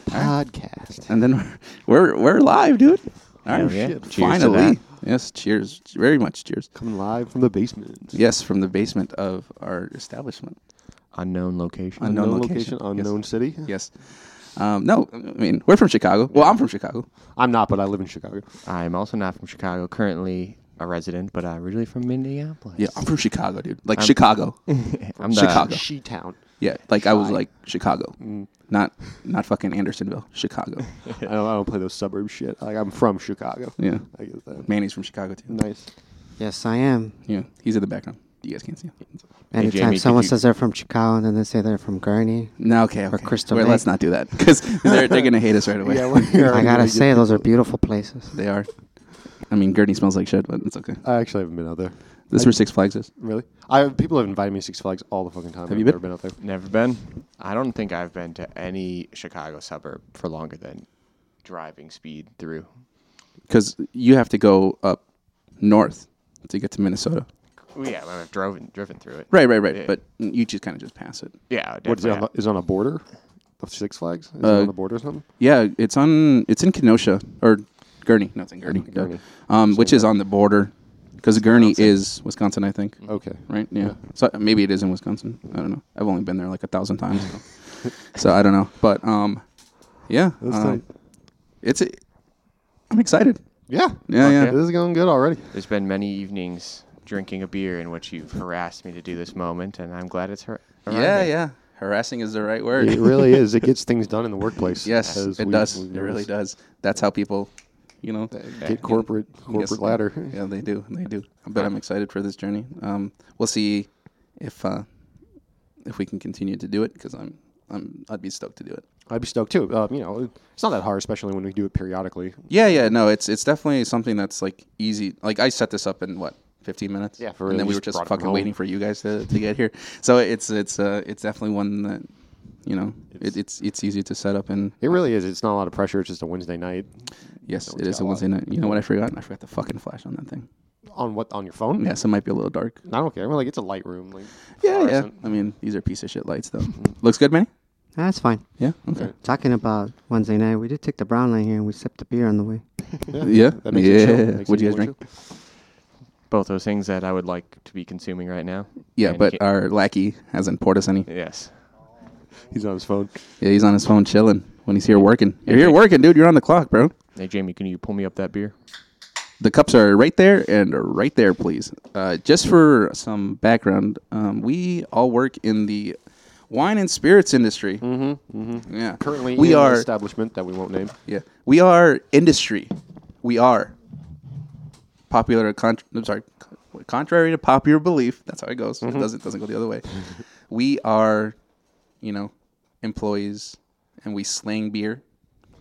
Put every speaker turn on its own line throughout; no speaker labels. podcast.
And then we're we're live, dude. All right,
Hell yeah. Cheers to
finally.
that.
Yes, cheers. Very much cheers.
Coming live from the basement.
Yes, from the basement of our establishment.
Unknown location.
Unknown
Unknown
location.
location,
Yes.
unknown city.
Yes. Um, no, I mean we're from Chicago. Well, I'm from Chicago.
I'm not, but I live in Chicago.
I'm also not from Chicago. Currently a resident, but I'm originally from Minneapolis.
Yeah, I'm from Chicago, dude. Like Chicago.
I'm the,
Chicago.
She town.
Yeah, like I was like Chicago, not not fucking Andersonville, Chicago.
I, don't, I don't play those suburb shit. Like I'm from Chicago.
Yeah,
I get that.
Manny's from Chicago too.
Nice.
Yes, I am.
Yeah, he's in the background. You guys can't see him.
Anytime
Jamie,
someone
could you-
says they're from Chicago and then they say they're from Gurney,
No, okay, okay.
Crystal
Wait,
Lake.
let's not do that because they're they're gonna hate us right away.
Yeah, we're here.
I gotta say those are beautiful places.
They are. I mean, Gurney smells like shit, but it's okay.
I actually haven't been out there.
This is where Six Flags is.
Really? I people have invited me to Six Flags all the fucking time.
Have
I've
you
never
been?
been out there?
Never been. I don't think I've been to any Chicago suburb for longer than driving speed through.
Because you have to go up north to get to Minnesota.
Well, yeah, I've driven driven through it.
Right, right, right.
Yeah.
But you just kind of just pass it.
Yeah,
What is it?
definitely.
On the, is it on a border of Six Flags? Is
Uh,
it on the border or something?
Yeah, it's on. It's in Kenosha or Gurney. No, it's in Gurney. duh.
Gurney.
Um, which is on the border, because Gurney is Wisconsin, I think.
Okay.
Right? Yeah. So maybe it is in Wisconsin. I don't know. I've only been there like a thousand times, so, so I don't know. But um, yeah,
That's
um,
tight.
it's. A, I'm excited.
Yeah.
Yeah, yeah.
This is going good already.
There's been many evenings drinking a beer in which you've harassed me to do this moment, and I'm glad it's her.
Yeah, yeah. Harassing is the right word.
It really is. It gets things done in the workplace.
Yes,
as
it
we-
does.
we've
It really
noticed.
does. That's how people, you know,
Get corporate corporate
Yes.
ladder.
Yeah, they do. They do. But I'm excited for this journey. Um, we'll see if uh, if we can continue to do it because I'm I'm I'd be stoked to do it.
I'd be stoked too. Um, you know, it's not that hard, especially when we do it periodically.
Yeah, yeah. No, it's it's definitely something that's like easy. Like I set this up in what. 15 minutes
Yeah, for
and
real.
then
You
we were
just
just
brought it
fucking
home.
waiting for you guys to, to get here so it's it's uh it's definitely one that you know it's it, it's it's easy to set up and
It really is. It's not a lot of pressure. It's just a Wednesday night.
yes
one's
it is
got a
a
lot.
wednesday night you know what i forgot i forgot the fucking flash on that thing
On what? On your phone?
yes it might be a little dark
I don't care. Well, like it's a light room. Like
Yeah, yeah.
fluorescent.
I mean, these are piece of shit lights, though.
Hmm.
Looks good, Manny?
That's fine.
Yeah? Okay.
Talking about Wednesday night, we did take the brown line here and we sipped a beer on the way.
Yeah?
That makes it chill.
Yeah.
Makes it
What'd you
more
guys drink?
chill.
Both those things that I would like to be consuming right now.
Yeah,
And
but
ca-
our lackey hasn't poured us any.
yes,
He's on his phone.
Yeah, he's on his phone chilling when he's here working. You're here working, dude. You're on the clock, bro.
Hey Jamie, can you pull me up that beer?
The cups are right there and right there, please. Uh, just for some background, um, we all work in the wine and spirits industry. Mm-hmm. mm-hmm. Yeah.
Currently,
we
in
are.
an establishment that we won't name.
Yeah, we are industry. We are popular. Con- I'm sorry, con- contrary to popular belief. That's how it goes.
Mm-hmm.
It doesn't doesn't go the other way. we are, you know, employees, and we slang beer,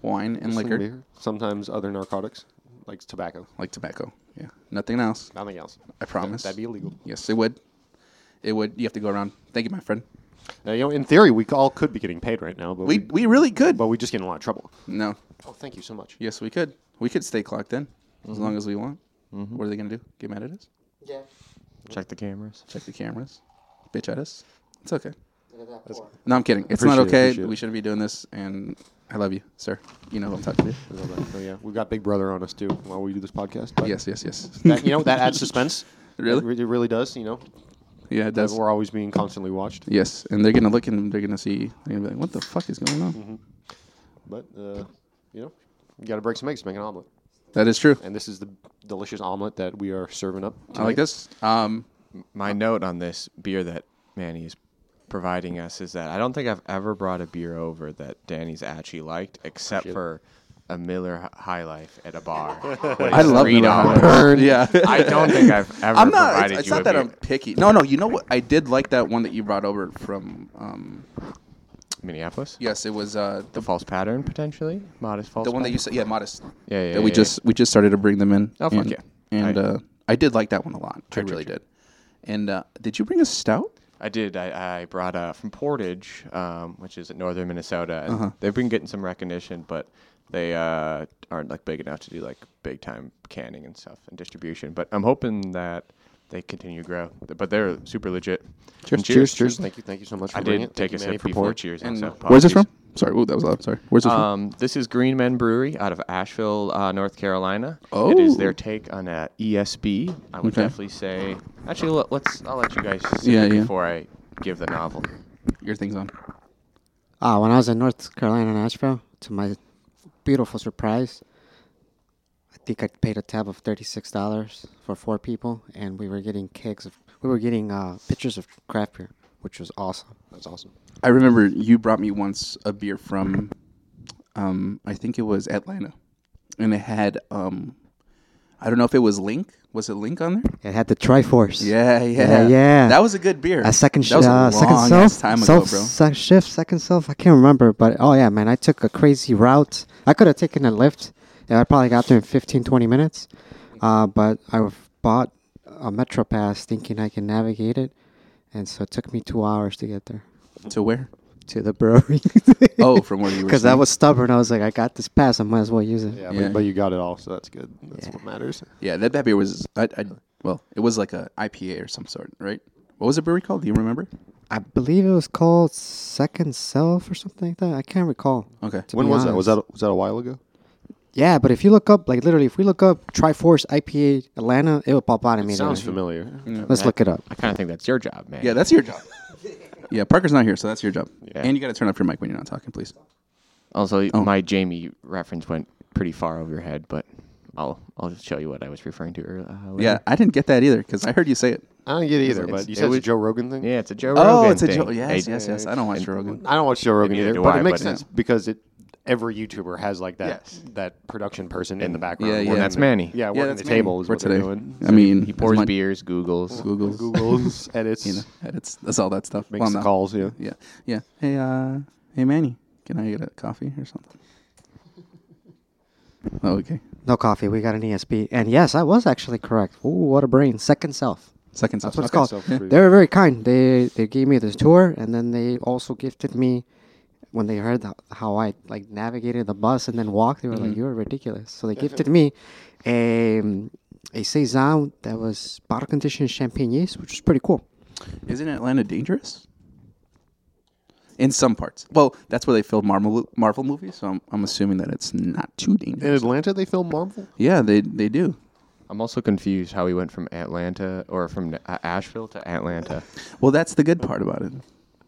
wine, and liquor,
Beer. Sometimes other narcotics, like tobacco.
like tobacco. Yeah, nothing else.
Nothing else.
I promise.
That'd be illegal.
yes, it would. It would. You have to go around. Thank you, my friend.
Now, you know, in theory, we all could be getting paid right now, but
We
we,
we really could.
but we just get in a lot of trouble.
No.
Oh, thank you so much.
Yes, we could. We could stay clocked in as
Mm-hmm.
long as we want. What are they gonna do? Get mad at us?
Yeah.
Check the cameras.
check the cameras, bitch at us. It's okay.
That's
No, I'm kidding. It's
Appreciate
not
it,
okay.
appreciate it.
we shouldn't be doing this. And I love you, sir. You know who I'm talking to.
So, Oh, yeah, we've got Big Brother on us too while we do this podcast. But
Yes, yes, yes.
that, you know that adds suspense.
Really?
it, re- it really does. You know,
yeah,
that
it does.
we're always being constantly watched.
Yes, and they're gonna look and they're gonna see. They're gonna be like, "What the fuck is going on?"
Mm-hmm. But uh, you know, you got to break some eggs to make an omelet,
That is true.
and this is the delicious omelet that we are serving up.
I like
tonight.
this. Um,
My note on this beer that Manny is providing us is that I don't think I've ever brought a beer over that Danny's actually liked, except for a Miller Hi- High Life at a bar.
I love
Three
Miller High
dollars.
Life. Yeah,
I don't think I've ever
I'm not.
provided
It's, it's
you a
not that
beer.
I'm picky. No, no. You know what? I did like that one that you brought over from. Um,
Minneapolis.
yes, it was uh,
The false pattern potentially modest false.
the one that
pattern?
you said. Yeah, modest.
Yeah, yeah,
that we
yeah,
just we just started to bring them in.
Oh, fuck
and,
yeah.
And
I-
uh, I did like that one a lot. I really did. And uh, did you bring a stout?
I did. I, I brought uh, from Portage, um, which is in northern Minnesota.
Uh-huh.
And They've been getting some recognition, but they uh, aren't like big enough to do like big time canning and stuff and distribution. But I'm hoping that they continue to grow. But they're super legit.
Cheers,
cheers, cheers.
Thank you, thank you so much. For
I
bringing
did
it.
take
Thank
a
you, Manny,
sip
for
before
pouring.
cheers.
And
so
where's this
apologies.
from? Sorry, ooh, that was loud. Sorry, where's this
Um, this is Green Men Brewery out of Asheville, uh, North Carolina. It
Oh.
is their take on uh, a ESB. I would
Okay.
definitely say. Actually, let- let's. I'll let you guys sip
Yeah,
it
yeah.
before I give the novel.
from? Your thing's on.
Ah, when I was in North Carolina, in Asheville, to my beautiful surprise, I think I paid a tab of thirty-six dollars for four people, and we were getting kegs of, we were getting uh, pitchers of craft beer, which was awesome.
That's awesome.
I remember you brought me once a beer from, um, I think it was Atlanta, and it had, um, I don't know if it was Link. Was it Link on there?
It had the Triforce.
Yeah, yeah,
Yeah, yeah.
That was a good beer.
A second
That was
shift,
a
uh, second
long
self,
ass time ago,
self
bro.
sec- shift, second self. I can't remember, but oh yeah, man, I took a crazy route. I could have taken a lift, and I probably got there in 15, 20 minutes. Uh, but I w- bought a Metro Pass thinking I can navigate it, and so it took me two hours to get there
To where?
to the brewery
Oh, from where you were.
because I
staying.
was stubborn. I was like, I got this pass, I might as well use it.
Yeah,
Yeah.
But, but you got it all, so that's good. That's
Yeah.
what matters.
Yeah, that, that beer was. I, I well, it was like a IPA or some sort, right? What was the brewery called? Do you remember?
I believe it was called Second Self or something like that. I can't recall.
Okay.
to
When
be
was that?
honest.
Was that was that a while ago?
Yeah, but if you look up, like literally, if we look up Triforce IPA Atlanta, it will pop out immediately.
Sounds familiar.
Let's look it up.
I kind of think that's your job, man.
Yeah, that's your job. yeah, Parker's not here, so that's your job.
Yeah.
And you got to turn off your mic when you're not talking, please.
Also,
Oh.
my Jamie reference went pretty far over your head, but I'll I'll just show you what I was referring to earlier. Uh,
Yeah, I didn't get that either because I heard you say it.
I don't get it either,
It's-
but you
it
said it's a
was-
Joe Rogan thing.
Yeah, it's a Joe
oh,
Rogan
it's a
thing.
joke. Yes,
Hey,
yes, yes. I don't watch Rogan.
I don't watch Joe Rogan
neither
either,
do
but
I,
it makes
but-
sense because it every YouTuber has like that
Yes.
that production person in the background.
yeah,
working
yeah.
That's
the-
Manny.
Yeah,
Yeah,
working
that's
the
me.
table is
for
what
today.
they're doing.
I mean,
He pours
my,
beers, Googles.
Google's,
Google's edits,
you know, edits. That's all that stuff.
makes
Well,
the
no.
calls. Yeah,
Yeah, yeah. Hey, uh, hey, Manny, can I get a coffee or something? Oh, okay.
No coffee. We got an ESP. And yes, I was actually correct. Ooh, what a brain. Second Self.
Second self.
That's what it's
Second
called.
Self is pretty
They were very kind. They they gave me the tour, and then they also gifted me when they heard ho- how I like navigated the bus and then walked. They were like, "You're ridiculous." So they gifted me a a saison that was bottle conditioned champagne yeast, which was pretty cool.
Isn't Atlanta dangerous? In some parts. Well, that's where they film Marvel Marvel movies, so I'm, I'm assuming that it's not too dangerous.
in Atlanta they film Marvel.
Yeah, they they do.
I'm also confused how he went from Atlanta or from uh, Asheville to Atlanta.
Well, that's the good part about it.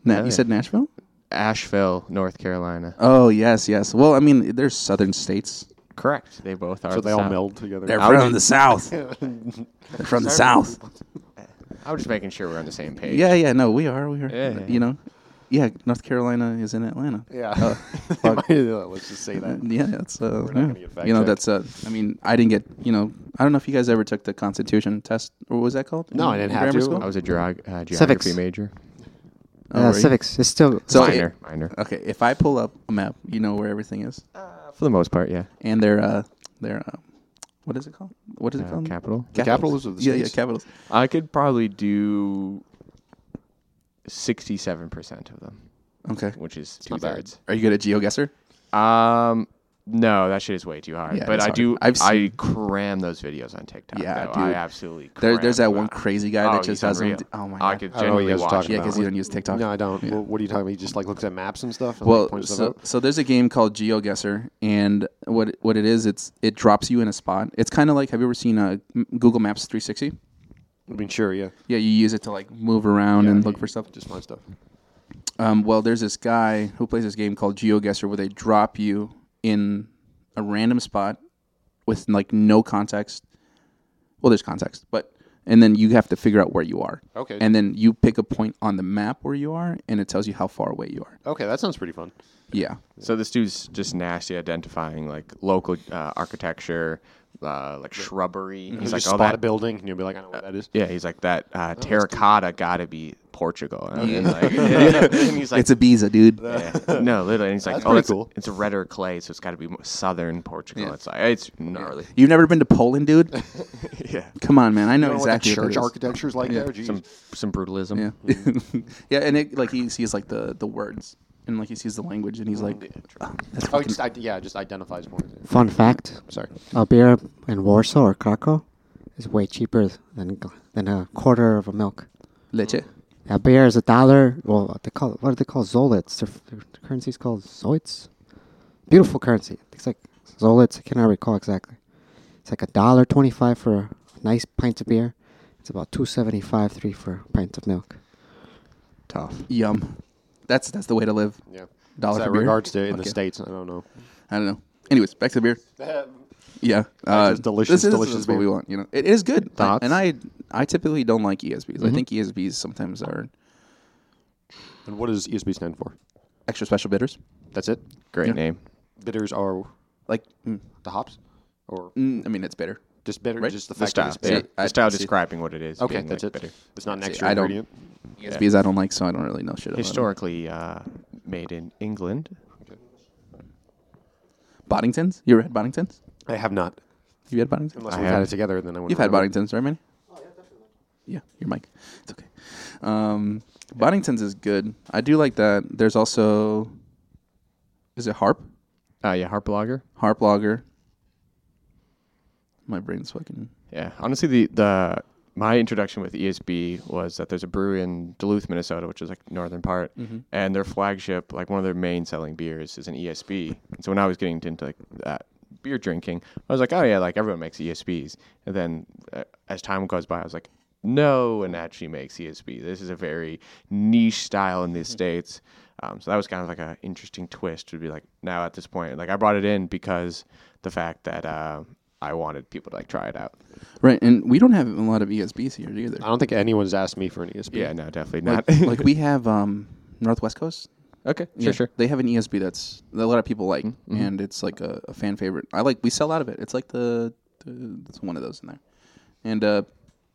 Na-
Really?
You said Nashville?
Asheville, North Carolina.
Oh yes, yes. Well, I mean, there's southern states.
Correct. They both are.
So
the
they all
South.
meld together.
They're from the south. They're from the south.
I'm just making sure we're on the same page.
Yeah, yeah. No, we are. We are.
Yeah, yeah.
You know, yeah. North Carolina is in Atlanta.
Yeah.
Uh, fuck.
Let's just say that.
Yeah, that's uh,
not
yeah.
gonna get fact
you know
checked.
that's uh, I mean I didn't get you know I don't know if you guys ever took the Constitution test or what was that called?
No,
In
I didn't have
grammar
to.
school?
I was a geog- uh, geography
Civics.
major.
Oh,
uh,
were you?
civics. It's still
So it-
minor, minor.
okay, if I pull up a map, you know where everything is,
For the most part, yeah.
and they're uh they're uh, what is it called? What is it
Uh,
called?
capital.
The capitals of the
yeah, yeah,
states.
capitals.
I could probably do 67% of them,
Okay.
which is two
not bad.
thirds.
Are you good at geoguesser?
Um, no, that shit is way too hard.
Yeah,
but
it's
I
hard.
do.
I've
I cram those videos on TikTok.
Yeah,
though.
dude.
I absolutely.
There,
cram
there's that
them
one
out.
crazy guy
Oh,
that just
he's
has
unreal.
them. Oh my god.
I could
I don't know what you
genuinely
guys are
watch.
talking
yeah,
them.
because you don't use TikTok.
No, I don't.
Yeah.
Well, what are you talking about? You just like looks at maps and stuff. And, like,
Well,
points
so, so there's a game called GeoGuessr, and what what it is, it's it drops you in a spot. It's kind of like have you ever seen uh, M- Google Maps 360?
I mean, sure, yeah.
Yeah, you use it to like move around and look for stuff.
Just find stuff.
Um, well, there's this guy who plays this game called GeoGuessr, where they drop you in a random spot with like no context. Well, there's context, but and then you have to figure out where you are.
Okay.
And then you pick a point on the map where you are, and it tells you how far away you are.
Okay, that sounds pretty fun.
Yeah.
So this dude's just nasty identifying like local uh, architecture, uh, like shrubbery. He's
He's
like,
like,
oh,
spot a
that. Uh,
building, and you'll be like, I know what that is.
Yeah, he's like that
Oh,
uh, terracotta got to be Portugal. And, and, like, and he's like,
it's a Ibiza, dude.
yeah. no, literally. And he's like,
That's
oh,
pretty
it's,
cool.
it's a redder clay, so it's got to be mo- southern Portugal. It's like it's gnarly.
You've never been to Poland, dude?
Yeah,
Come on, man. I know
You know what
exactly.
the church Mm-hmm.
what that is.
architecture's like there. Jeez.
some some brutalism.
Yeah, yeah, and it like he sees like the the words and like he sees the language and he's like, "Ah, that's
oh, it
fucking-
just, I, yeah, it just identifies more.
fun fact.
Sorry.
A beer in Warsaw or Krakow is way cheaper than Gl- than a quarter of a milk.
Leche.
A beer is a dollar. Well, what they call what do they call zolits? Their, their currency is called zoits. Beautiful currency. It's like zolits. I cannot recall exactly. It's like a dollar twenty-five for a nice pint of beer. It's about two seventy-five, three for a pint of milk.
Tough.
Yum. That's that's the way to live.
Yeah.
Dollar
Is that
for beer?
regards to in
Fuck
the
yeah.
states? I don't know.
I don't know. Anyways, back to the beer. Yeah, uh,
Back to this delicious,
this is,
delicious
this is what
beer.
we want. You know, it is good. I-
Thoughts?
and I, I typically don't like ESBs.
Mm-hmm.
I think ESBs sometimes are
And what does ESB stand for?
extra special bitters.
That's it.
Great name.
Bitters are
Like, mm,
the hops, or
mm, I mean, it's bitter.
just bitter.
Right.
Just the
The
fact
style.
that it's
Yeah.
bitter.
I-
The style
see.
describing what it is.
Okay,
being,
that's
like,
it.
bitter.
It's not an
See,
extra
I don't-
ingredient.
ESBs E I don't like, so I don't really know shit about them.
Historically uh, made in England.
Boddingtons. You ever had Boddingtons?
I have not.
You had Boddingtons?
Unless
I
we've had
have.
it together, then I would.
You've had Boddingtons, right, man? Yeah, your mic. It's okay. Um, Boddingtons is good. I do like that. There's also, is it Harp?
Uh, yeah, Harp Lager.
Harp Lager. My brain's fucking.
Yeah, honestly, the the my introduction with ESB was that there's a brewery in Duluth, Minnesota, which is like northern part, and their flagship, like one of their main selling beers, is an ESB. And so when I was getting into like that beer drinking, I was like, oh yeah, like everyone makes ESBs. And then uh, as time goes by, I was like, no one actually makes ESB. This is a very niche style in the states. Um, so that was kind of like an interesting twist. To be like now at this point, like I brought it in because the fact that uh, I wanted people to like try it out.
Right, and we don't have a lot of ESBs here either.
I don't think anyone's asked me for an ESB.
Yeah, no, definitely
Like,
not.
like we have um, Northwest Coast.
okay,
Yeah, They have an ESB that's that a lot of people like,
Mm-hmm.
and it's like a, a fan favorite. I like. We sell out of it. It's like the, the it's one of those in there, and uh,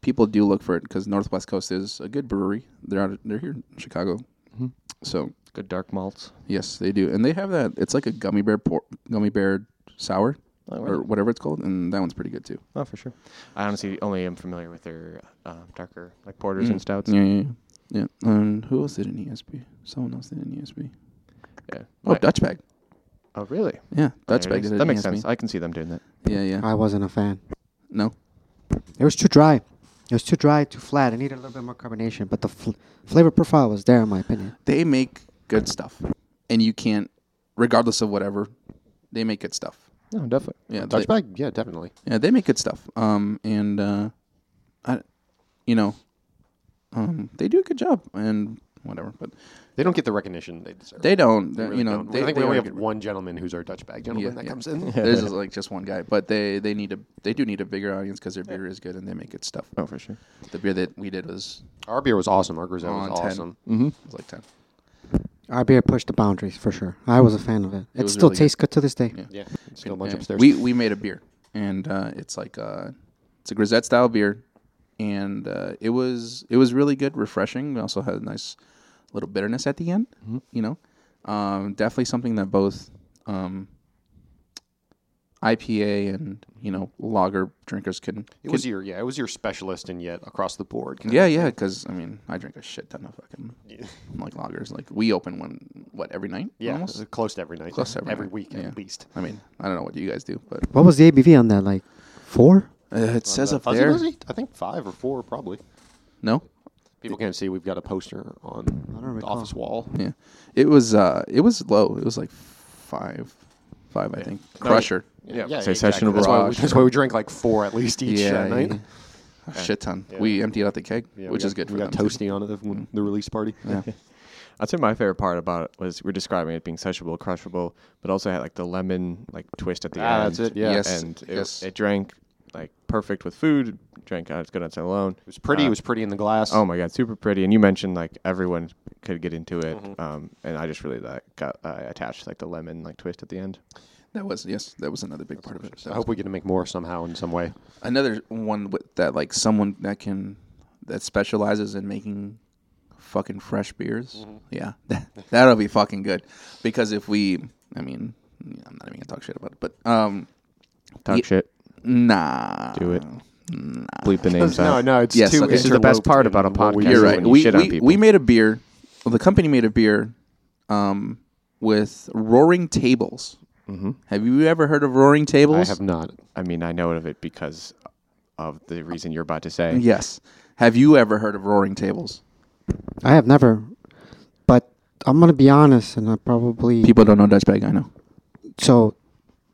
people do look for it because Northwest Coast is a good brewery. They're out. They're here in Chicago,
Mm-hmm.
so
Good dark malts.
yes, they do, and they have that. It's like a gummy bear por- gummy bear sour or whatever it's called, and that one's pretty good too.
Oh, for sure. I honestly only am familiar with their uh, darker like porters and stouts.
Yeah, yeah, yeah. yeah. And who else did an ESB? Someone else did an ESB.
Yeah.
Oh,
My-
Dutch Bag.
oh, really?
Yeah, Dutch
There it
Bag
is.
did an
That makes
ESB.
sense. I can see them doing that.
Yeah, yeah.
I wasn't a fan.
No.
It was too dry. It was too dry, too flat. I needed a little bit more carbonation, but the fl- flavor profile was there, in my opinion.
they make good stuff, and you can't, regardless of whatever, they make good stuff.
No, definitely.
Yeah, they,
Dutch bag. Yeah, definitely.
yeah, they make good stuff. Um, and uh, I, you know, um, they do a good job and whatever, but
They don't get the recognition they deserve.
they don't. They,
really
you know,
don't.
they,
I think
they
we only
are
have
good-
one gentleman who's our Dutch bag gentleman
Yeah,
that
yeah.
comes in.
There's just like just one guy, but they they need a they do need a bigger audience because their beer is good and they make good stuff.
Oh, for sure.
The beer that we did was
Our beer was awesome. Our Grizel was
on ten.
awesome.
Mm-hmm. It was like ten.
Our beer pushed the boundaries for sure. I was a fan of it. It,
was
still
really good.
tastes good. to this day.
Yeah.
Yeah, still a bunch
Yeah.
upstairs.
We we made a beer, and uh, it's like uh, it's a grisette style beer, and uh, it was it was really good, refreshing. We also had a nice little bitterness at the end, you know. Um, definitely something that both um, IPA and you know lager drinkers can.
it was your yeah, it was your specialist, and yet across the board. kind of.
yeah, yeah, because I mean, I drink a shit ton of fucking like lagers. Like we open one, what every night?
yeah,
almost?
it was close to every night,
Close to every night,
week
yeah.
at least.
I mean, I don't know what you guys do, but
What was the ABV on that? Like four?
uh, it says
Uh,
up
Fuzzy
there.
Wuzzy? I think five or four probably.
No,
People can't see we've got a poster on the
recall.
office wall.
Yeah, it was uh, it was low. It was like five, five I think. Crusher,
Yeah,
Say session of
That's why, we,
barrage.
that's why we drank like four at least each
Yeah,
that night.
yeah. A shit ton. We emptied out the keg,
Yeah, we
uh, which
got-
is good
We
for
got
them. too.
toasty on it the, when- the release party.
Yeah.
I'd say my favorite part about it was we're describing it being sessionable, crushable, but also had like the lemon like twist at the
Ah,
end.
that's it, yeah.
Yes,
and it,
yes.
it drank like perfect with food. Drank out. It's good on its own alone.
It was pretty. it was pretty in the glass.
Uh, Oh my god, super pretty! And you mentioned like everyone could get into it, um, and I just really like got uh, attached like the lemon like twist at the end.
That was yes, that was another big part of it.
I hope we get to make more somehow in some way.
another one with that like someone that can that specializes in making fucking fresh beers.
Mm-hmm.
Yeah, that'll be fucking good because if we, I mean, I'm not even gonna talk shit about it, but um,
Talk
Yeah.
shit,
nah,
do it,
Nah.
bleep the names
No,
out.
no, it's
Yes,
too.
okay.
This is the best
interloped
part
in
about a
what we
podcast.
do.
You're
Yeah,
right.
when you
We,
shit on
we,
people.
we made a beer. Well, the company made a beer um, with Roaring Tables. Have you ever heard of Roaring Tables?
I have not.
I mean, I know of it because of the reason you're about to say.
Yes. Have you ever heard of Roaring Tables?
I have never, but I'm gonna be honest, and I probably
People don't know Dutch Bag, I know.
so.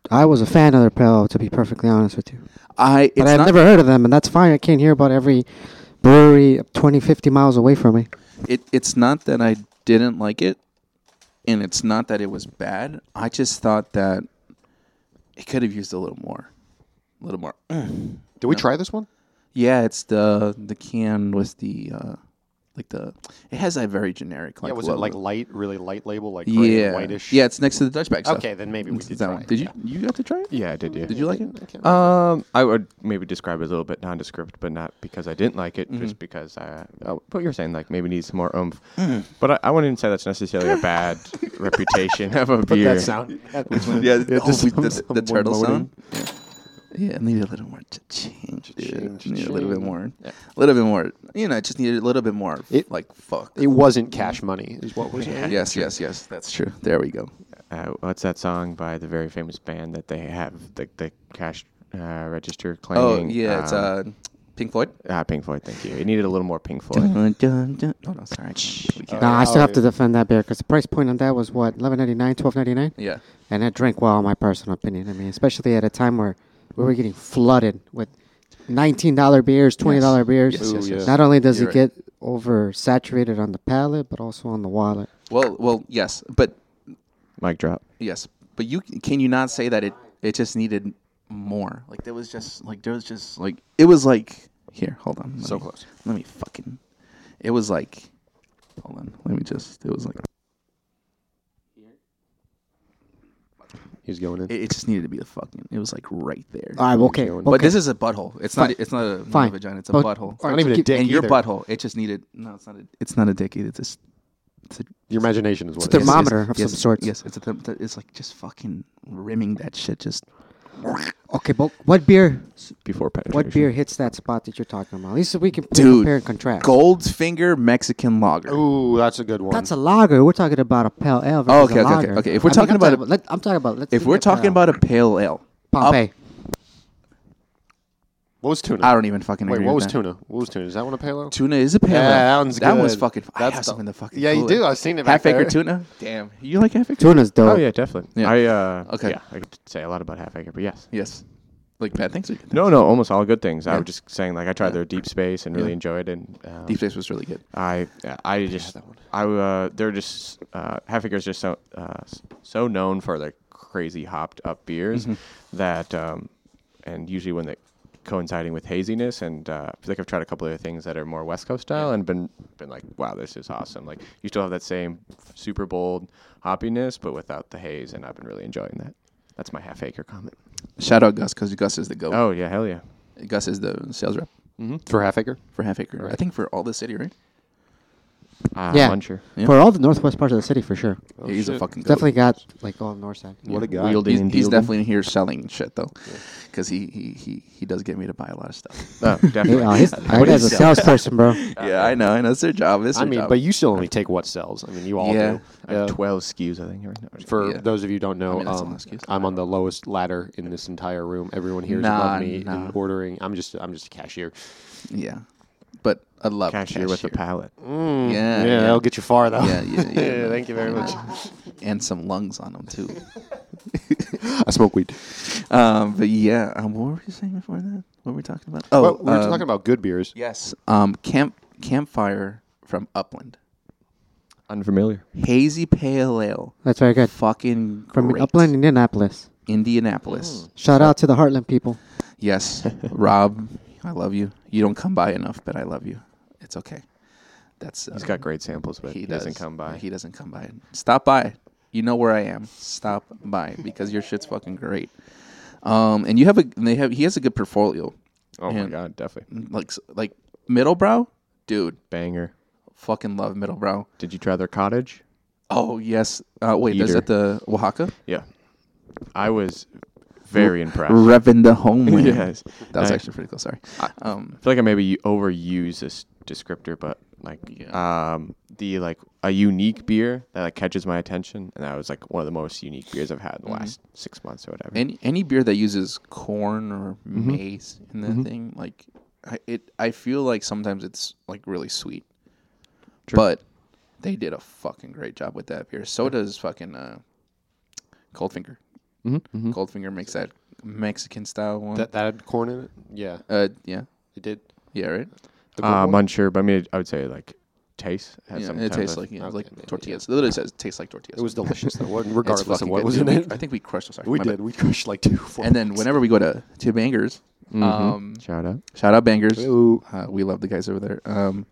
I was a fan of their pillow, to be perfectly honest with you.
I it's
But I've
not-
never heard of them, and that's fine. I can't hear about every brewery 20, 50 miles away from me.
it it's not that I didn't like it and it's not that it was bad. I just thought that it could have used a little more. A little more.
Did we try this one?
Yeah, it's the the can with the uh like the it has that very generic like
yeah, was
logo.
it like light, really light label, like gray and
yeah.
whitish?
Yeah, it's next to the Dutch bag stuff.
Okay, then maybe we
It's
did
that
try
one.
it,
Did you you got to try it?
Yeah, I did. Yeah.
Did you like it?
Um, I would maybe describe it a little bit nondescript, but not because I didn't like it, just because I. Uh, what you're saying, like maybe needs some more oomph. But I, I wouldn't say that's necessarily a bad reputation of a beer.
That sound.
Yeah, oh,
just
we-
some-
the,
some
the turtle
moaning.
sound. Yeah, it needed a little more to change, dude.
Cha-ching,
Needed a little bit
cha-ching.
more, a little bit more. You know, it just needed a little bit more.
It-
like fuck.
It wasn't cash money, is what was it?
yes, yes, yes. That's true. There we go.
Uh, what's that song by the very famous band that they have the the cash uh, register
Oh
claiming? Um,
yeah, it's uh, Pink Floyd.
ah, Pink Floyd. Thank you. It needed a little more Pink Floyd.
Dun, dun, dun. Oh no, sorry. We can't-
Nah, I still
oh,
have to defend that beer because the price point on that was what eleven ninety nine, twelve ninety nine,
Yeah,
and that drank well, in my personal opinion. I mean, especially at a time where we were getting flooded with nineteen dollar beers, twenty dollar beers.
Yes, yes,
Ooh, yes.
Not only does
You're
it
right.
get oversaturated on the palate, but also on the wallet.
Well, well, yes, but
Mic drop.
yes, but you can you not say that it it just needed more? Like there was just like there was just like it was like here. Hold on. let
So
me-
close.
Let me fucking. It was like. Hold on. Let me just. It was like.
He's going in.
It, it just needed to be the fucking. It was like right there.
All right, Ah, okay,
going.
Uh, okay.
But this is a butthole. It's not. It's not a, not
Fine.
a vagina. It's a
But-
butthole.
all
Not
right,
even
to
a
keep-
dick
and your
either.
butthole. It just needed. No, it's not a. It's not a dick either. It's just. It's a
Your imagination is what
It's
it is.
the thermometer of some
yes,
sorts.
Yes, it's a therm- It's like just fucking rimming that shit. Just
Okay, but what beer?
Before penetration.
What beer hits that spot that you're talking about? At least we can compare
dude.
and contrast.
Goldfinger Mexican Lager.
Ooh, that's a good one.
That's a lager. We're talking about a pale ale.
Oh,
versus
okay,
a
okay, okay,
lager.
okay. If we're talking
I'm
about a-
let, I'm talking about. Let's
If
think
we're
of
talking
pale.
about a pale ale,
Pompeii,
what was tuna?
I don't even fucking.
Wait,
agree
what
with
was
that.
tuna? What was tuna? Is that one a palo?
Tuna is a pale
Yeah,
ale.
that one's
That one's
good.
fucking. I
That's
have
the-
some in the fucking.
Yeah, you
cooler.
do. I've seen it back
Half acre
there.
tuna. Damn, you like half acre?
tuna's dope.
Oh yeah, definitely.
Yeah.
I uh,
Okay.
Yeah, I could say a lot about half acre, but yes.
Yes. Like bad things. Or good things?
No, no, almost all good things. I
Yeah.
was just saying, like I tried their deep space and really enjoyed, and um,
Deep Space was really good.
I, I just, I, uh, they're just, uh, Halfiger's just so, uh, so known for their crazy hopped up beers that, um, and usually when they coinciding with haziness, and uh, I feel like I've tried a couple other things that are more West Coast style and been, been like, wow, this is awesome. Like you still have that same super bold hoppiness, but without the haze, and I've been really enjoying that. That's my half acre comment.
Shout out Gus because Gus is the goat.
Oh yeah, hell yeah.
Gus is the sales rep
For half acre?
for Half Acre. I think for all the city, right?
Uh,
Yeah.
Muncher.
Yeah.
For all the northwest parts of the city, for sure.
Yeah, he's a
Oh, shit.
fucking goat.
Definitely got like all north side.
What a guy.
Wielding
He's,
and
he's
dealing.
definitely here selling shit though, because he, he he he does get me to buy a lot of stuff.
Oh,
Hey,
definitely.
uh, he's,
What
that guy's a
is that?
salesperson, bro.
yeah, I know, I know. It's their job. It's
I
their
mean,
job.
but you still only take what sells. I mean, you all
Yeah.
do.
I have
Yeah.
12 SKUs, I think. right now.
For
Yeah.
those of you who don't know,
mean, that's a lot
um,
of SKUs.
I'm on the lowest ladder in this entire room. Everyone here is
Nah,
above me
nah.
in ordering. I'm just, I'm just a cashier.
yeah, but I love
cashier with a palate.
Mm,
Yeah, yeah.
that'll get you far though.
Yeah, yeah, yeah.
Thank you very much.
and some lungs on them too.
I smoke weed.
Um, but yeah, um, what were you saying before that? What were we talking about? Oh,
But we were
um,
talking about good beers.
yes, um, camp campfire from Upland,
Unfamiliar.
hazy pale ale,
That's very good.
fucking
From
great.
Upland, Indianapolis.
Indianapolis.
Mm.
Shout out to the Heartland people.
Yes, Rob, I love you. You don't come by enough, but I love you. It's okay. That's uh,
He's got great samples, but he, doesn't
does.
come by.
He doesn't come by. Stop by. You know where I am. Stop by because your shit's fucking great. Um, and you have a. They have. He has a good portfolio.
oh my
and-
god, definitely
Like s- like middle brow, dude.
banger.
Fucking love middle brow.
Did you try their cottage?
Oh yes. Uh, wait, is
Eater.
that the Oaxaca?
Yeah, I was very impressed.
Revin the homeland.
yes,
That was
I-
actually pretty cool. Sorry. Um,
I feel like I maybe overuse this descriptor, but like um, the like a unique beer that like catches my attention, and that was like one of the most unique beers I've had in the last six months or whatever.
Mm-hmm.
any any beer that uses corn or maize in the thing, like I- it I feel like sometimes it's like really sweet, but they did a fucking great job with that beer. So does fucking uh, Goldfinger. Mm-hmm. Goldfinger makes that Mexican style one.
That that had corn in it. Yeah,
uh, yeah,
it did.
yeah, right.
The
Uh,
good
Um,
one?
unsure, but I mean, I would say like taste. Has
Yeah,
some
it
type
tastes
of-
like yeah,
Okay,
like
maybe, yeah.
tortillas. It literally says tastes like tortillas.
It was delicious though, wasn't-
It's
regardless of
fucking
what
good,
was
dude.
in
We-
it.
I think we crushed. Sorry,
we
my
did.
bad.
We crushed like two. Four
And then whenever we go to to Bangers,
Mm-hmm.
um,
shout out.
shout out Bangers.
Ooh.
Uh, we love the guys over there. Um,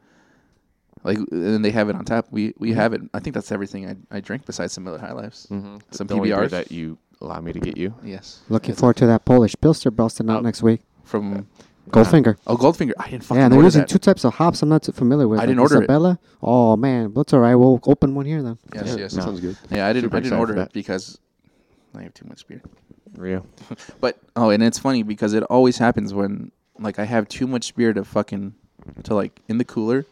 like, and then they have it on tap. We we have it. I think that's everything I, I drink besides some Miller High Lifes, some
Mm-hmm. The only beer
PBRs.
that you allow me to get you.
yes,
Looking forward to that Polish Pilsner busting out next week.
from
Goldfinger.
oh Goldfinger. I didn't fucking
yeah, and they're
order
using
that.
two types of hops I'm not too familiar with.
I didn't order it.
Isabella. Oh, man. That's all right. We'll open one here then.
yes, yes.
no.
sounds good.
Yeah, I didn't.
Super
I didn't
excited
order
for
it
that.
because I have too much beer.
Rio.
But oh, and it's funny because it always happens when like I have too much beer to fucking to like in the cooler,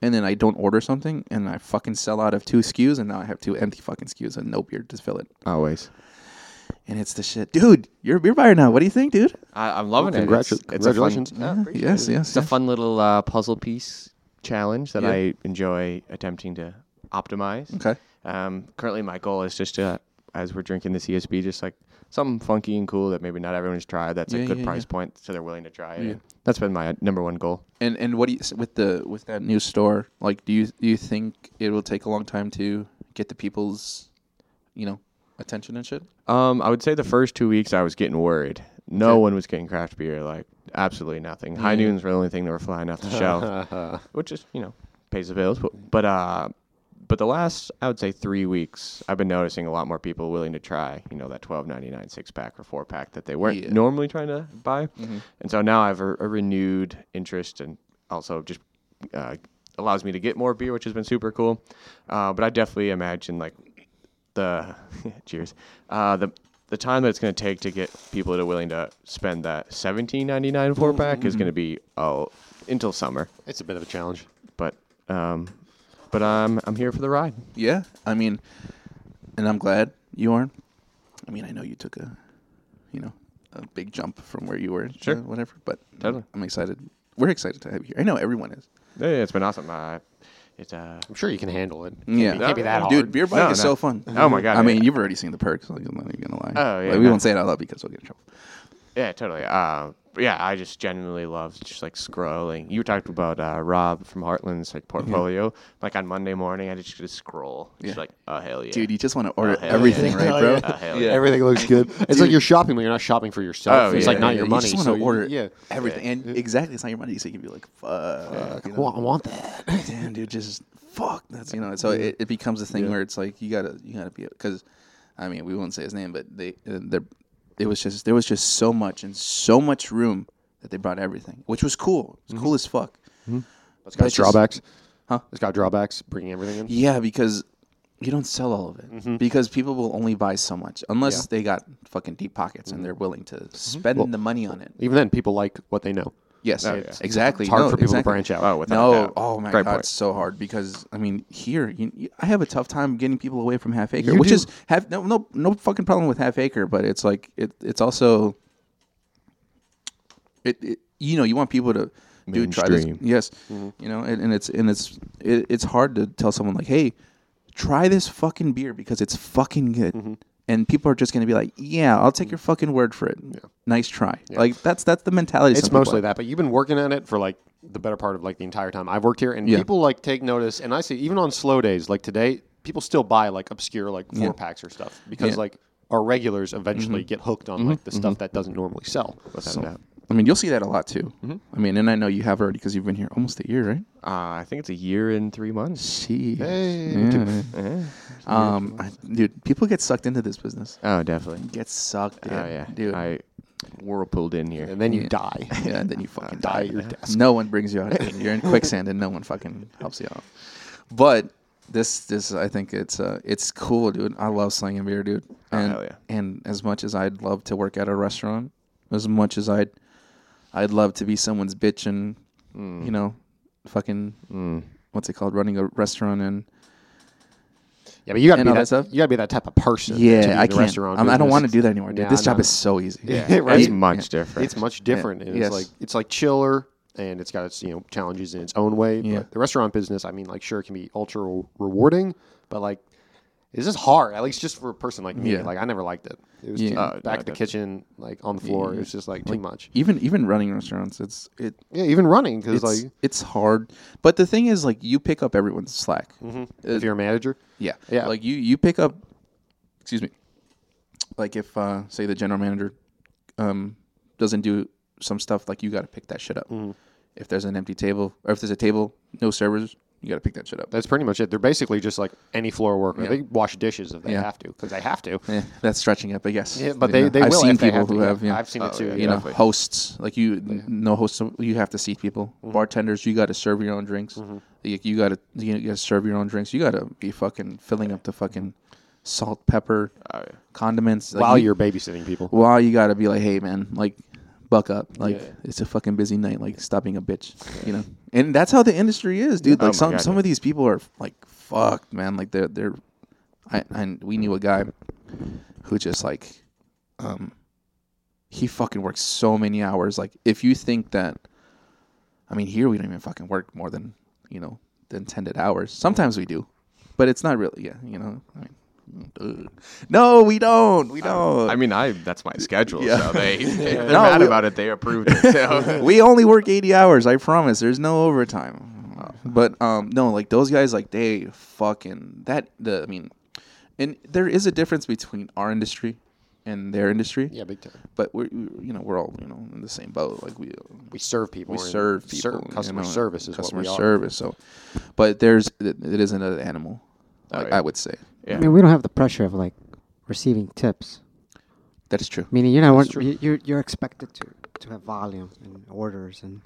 and then I don't order something, and I fucking sell out of two skews, and now I have two empty fucking skews and no beer to fill it,
Always.
and it's the shit, dude. You're a beer buyer now. What do you think, dude?
I, I'm loving
Congrats,
it. It's, it's a fun-
congratulations.
Yes, yes.
It's a
yes.
fun little uh, puzzle piece challenge that
Yeah.
I enjoy attempting to optimize.
Okay.
Um, currently, my goal is just to, as we're drinking the CSB, just like something funky and cool that maybe not everyone's tried. That's
Yeah,
a good
yeah,
price
yeah.
point, so they're willing to try it.
Yeah.
That's been my number one goal.
And and what do you with the with that new store? Like, do you do you think it will take a long time to get the people's, you know, attention and shit?
Um, I would say the first two weeks I was getting worried. No
Okay.
one was getting craft beer, like absolutely nothing. High noons were the only thing that were flying off the
Uh-huh.
shelf, which is you know pays the bills. But but uh, but the last I would say three weeks, I've been noticing a lot more people willing to try you know that twelve ninety nine six pack or four pack that they weren't
Yeah.
normally trying to buy, and so now I have a, a renewed interest and also just uh, allows me to get more beer, which has been super cool. Uh, but I definitely imagine like the cheers uh, the the time that it's going to take to get people that are willing to spend that seventeen ninety nine four pack is going to be oh until summer.
It's a bit of a challenge.
But um, but I'm I'm here for the ride.
Yeah, I mean, and I'm glad you are. I mean, I know you took a, you know, a big jump from where you were,
Sure.
to whatever. But
Totally.
I'm excited. We're excited to have you here. I know everyone is.
Yeah, yeah, it's been awesome. Uh, it's uh,
I'm sure you can handle it.
yeah,
It can't be that hard.
dude. Beer bike
No,
is
no.
so fun.
Oh my God,
I mean,
yeah.
you've already seen the perks. Like, I'm not even gonna lie.
Oh, yeah,
Like, we
no.
won't say it out loud because we'll get in trouble.
yeah, totally. Uh, but yeah, I just genuinely love just like scrolling. You talked about uh, Rob from Heartland's like portfolio. Like on Monday morning, I just just scroll. Just
Yeah.
like oh hell yeah,
Dude, you just want to order
hell yeah.
everything, right, bro?
Oh, hell yeah.
Everything looks good. It's like you're shopping, but you're not shopping for yourself.
Oh,
it's
yeah,
like not
yeah,
your
you
money.
just want
so
to
you-
order
yeah.
everything, and exactly, it's not your money, so you can be like, "Fuck, you
I
know?
want, I want that.
damn dude just fuck that's you know so it, it becomes a thing where it's like you gotta you gotta be because i mean we won't say his name but they uh, there it was just there was just so much and so much room that they brought everything which was cool
Mm-hmm.
it's cool as fuck
It's
But
got
it's just-
drawbacks.
Huh?
It's got drawbacks. Bringing everything in.
yeah because you don't sell all of it because people will only buy so much unless they got fucking deep pockets and they're willing to spend the money on it
Even then, people like what they know.
yes
Oh, yeah.
exactly
It's hard
No,
for people
exactly.
to branch out.
Oh, without a
No,
doubt.
oh my
Great
god,
point.
it's so hard because I mean, here you, you, I have a tough time getting people away from Half Acre,
You
which
do.
is have no no no fucking problem with Half Acre, but it's like it it's also it, it you know you want people to do try this
Mainstream.
yes
Mm-hmm.
you know and, and it's and it's it, it's hard to tell someone like hey try this fucking beer because it's fucking good.
Mm-hmm.
And people are just going to be like, "Yeah, I'll take your fucking word for it. Nice try." Like that's that's the mentality.
It's
some people
mostly
have.
that, but you've been working at it for like the better part of like the entire time I've worked here, and
Yeah.
people like take notice. And I see even on slow days like today, people still buy like obscure like four packs or stuff because
Yeah. Mm-hmm.
like our regulars eventually get hooked on like the stuff that doesn't normally sell.
Without
So,
a doubt.
I mean, you'll see that a lot too.
Mm-hmm.
I mean, and I know you have already because you've been here almost a year, right?
Uh, I think it's a year and three months.
Jeez.
Hey,
Yeah. Um, I- dude, people get sucked into this business.
Oh, definitely.
Get sucked. In,
Oh yeah,
dude.
I whirlpooled in here.
and then you
Yeah.
die.
yeah, and then you fucking
die
die.
at your desk.
No one brings you out. of it. You're in quicksand, and no one fucking helps you out. But this, this, I think it's uh, it's cool, dude. I love slinging beer, dude.
Oh,
And,
hell yeah.
And as much as I'd love to work at a restaurant, as much as I'd, I'd love to be someone's bitch and,
Mm.
you know, fucking, what's it called, running a restaurant and.
Yeah, but you gotta
And
be
all
that,
that stuff?
you gotta be that type of person. to be in
Yeah, I
the
can't.
Restaurant
I'm- I don't
business.
want to do that anymore, dude.
Yeah,
this job
no,
is so easy.
Yeah,
It's
right?
much different.
It's much different. and
Yes.
It's like it's like chiller. and it's got its you know challenges in its own way.
Yeah.
But the restaurant business, I mean, like sure it can be ultra rewarding, but like it's just hard. At least just for a person like me,
Yeah.
like I never liked it. It was
Yeah.
too,
Uh,
back to the
definitely.
kitchen, like on the floor. It was just like too much.
Even even running restaurants, it's it
Yeah, even running because
it's
like
it's hard. But the thing is, like you pick up everyone's slack. Uh,
if you're a manager,
Yeah.
Yeah.
Like you you pick up excuse me. Like if uh say the general manager um doesn't do some stuff like you got to pick that shit up. If there's an empty table or if there's a table no servers, you got to pick that shit up.
that's pretty much it. They're basically just like any floor worker. They wash dishes if they
Yeah.
have to because they have to.
Eh, that's stretching it, but yes.
Yeah, but they- they
I've
will
seen
if they
people
have to,
who
yeah.
have. Yeah.
I've seen it
Oh,
too.
yeah,
you
yeah.
know,
Definitely.
hosts like you, n- no hosts. You have to seat people.
Mm-hmm.
Bartenders, you got to serve your own drinks. You, you got to you got to serve your own drinks. You got to be fucking filling up the fucking salt, pepper,
Oh, yeah.
condiments. Like,
While
you,
you're babysitting people,
while you got to be like, hey man, like buck up. Like
Yeah.
it's a fucking busy night. Like stop being a bitch. You know, and that's how the industry is, dude.
Oh
Like
my
some
God,
some
yeah.
of these people are like fucked, man. Like they're they're, I and we knew a guy who just like, um, he fucking works so many hours. Like if you think that, I mean, here we don't even fucking work more than you know the intended hours. Sometimes we do, but it's not really. Yeah, you know. I mean, ugh. no, we don't. We don't.
I mean, I that's my schedule.
Yeah.
So they if they're
No,
mad
we-
about it. They approved it. So.
we only work 80 hours i promise there's no overtime but um no like those guys like they fucking that the i mean and there is a difference between our industry and their industry
yeah, big time.
but we're we- you know we're all you know in the same boat like we
We serve people.
we
and
serve people
serve-
you
customer
know,
service is
customer
what we are.
service so but there's it, it is another animal
Oh,
like,
yeah.
i would say
I
Yeah.
mean, we don't have the pressure of like receiving tips.
that is true
Meaning, you're not
That's
one- you- you're you're expected to to have volume and orders and,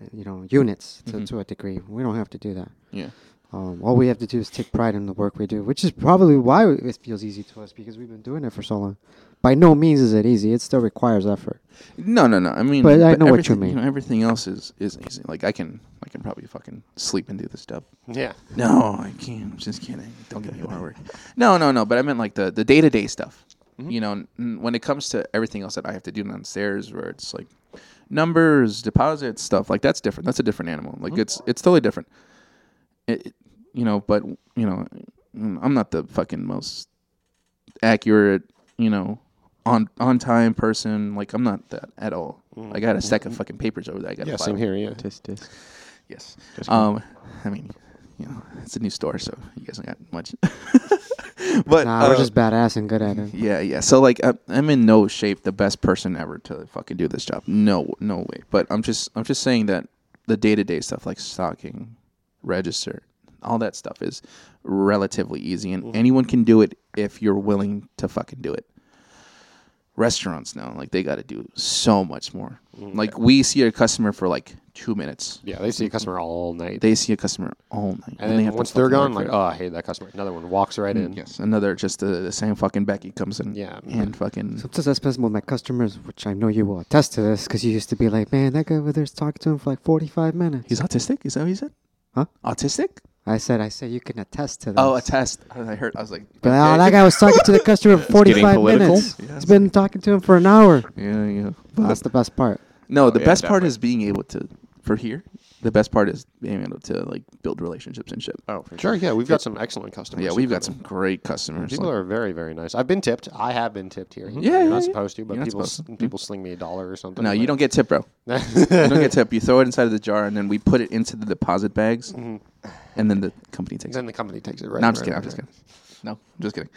and, you know units to,
Mm-hmm.
to a degree. We don't have to do that.
yeah
Um, all we have to do is take pride in the work we do, which is probably why it feels easy to us because we've been doing it for so long. By no means is it easy; it still requires effort.
No, no, no. I mean,
But I know what you
everything-
mean.
know, everything else is is easy. Like I can, I can probably fucking sleep and do this stuff.
Yeah,
No, I can't. I'm just kidding. Don't get me more work. No, no, no. But I meant like the the day to day stuff.
Mm-hmm.
You know, n- when it comes to everything else that I have to do downstairs, where it's like numbers, deposits, stuff like that's different. That's a different animal.
Mm-hmm.
Like it's it's totally different. It, it- you know, but you know, mm, I'm not the fucking most accurate. You know, on on time person. Like I'm not that at all. Like I got a stack of fucking papers over there. I got
Mm-hmm. yeah, same here. Yeah,
Yes. Um, I mean, you know, it's a new store, so you guys don't got much. but
Nah,
uh,
we're just badass and good at it.
yeah, yeah. So like, I, I'm in no shape the best person ever to fucking do this job. No, no way. But I'm just, I'm just saying that the day to day stuff like stocking, register, all that stuff is relatively easy, and
Mm-hmm.
anyone can do it if you're willing to fucking do it. Restaurants now, like they got to do so much more.
Mm-hmm.
Like we see a customer for like two minutes
yeah. They see a customer all night.
they see a customer all night.
And
they
then
have to
once they're
fucking
gone, like,
work for
oh, I hate that customer. Another one walks right in.
it. yes, another just the, the same fucking Becky comes in,
Yeah, man.
and fucking
Sometimes I spend with my customers, which I know you will attest to this, because you used to be like, "Man, that guy over there's talking to him for like 45 minutes."
he's autistic. Is that what he said?
Huh?
Autistic?
I said, "I said you can attest to this."
Oh, a test. I heard. I was like,
But uh, that guy was talking to the customer for
getting
45
political.
minutes. He's been talking to him for an hour.
yeah, yeah.
That's the best part.
no, the
yeah,
best part
definitely.
is being able to for here. The best part is being able to like build relationships and shit.
Oh, for
Sure, yeah, we've got some excellent customers.
yeah,
that
we've
come
got some great customers.
in. People
like-
are very, very nice. I've been tipped. I have been tipped here.
Yeah,
you're
yeah,
not
yeah.
supposed to, but
You're not
people s-
supposed to.
people sling me a dollar or something.
no, you don't get tip, bro. you
don't.
don't get tip. You throw it inside of the jar, and then we put it into the deposit bags,
Mm-hmm.
and then the company takes it.
then the company takes it. Right?
No, I'm just
right,
kidding. I'm
right,
just
right.
kidding. No, I'm just kidding.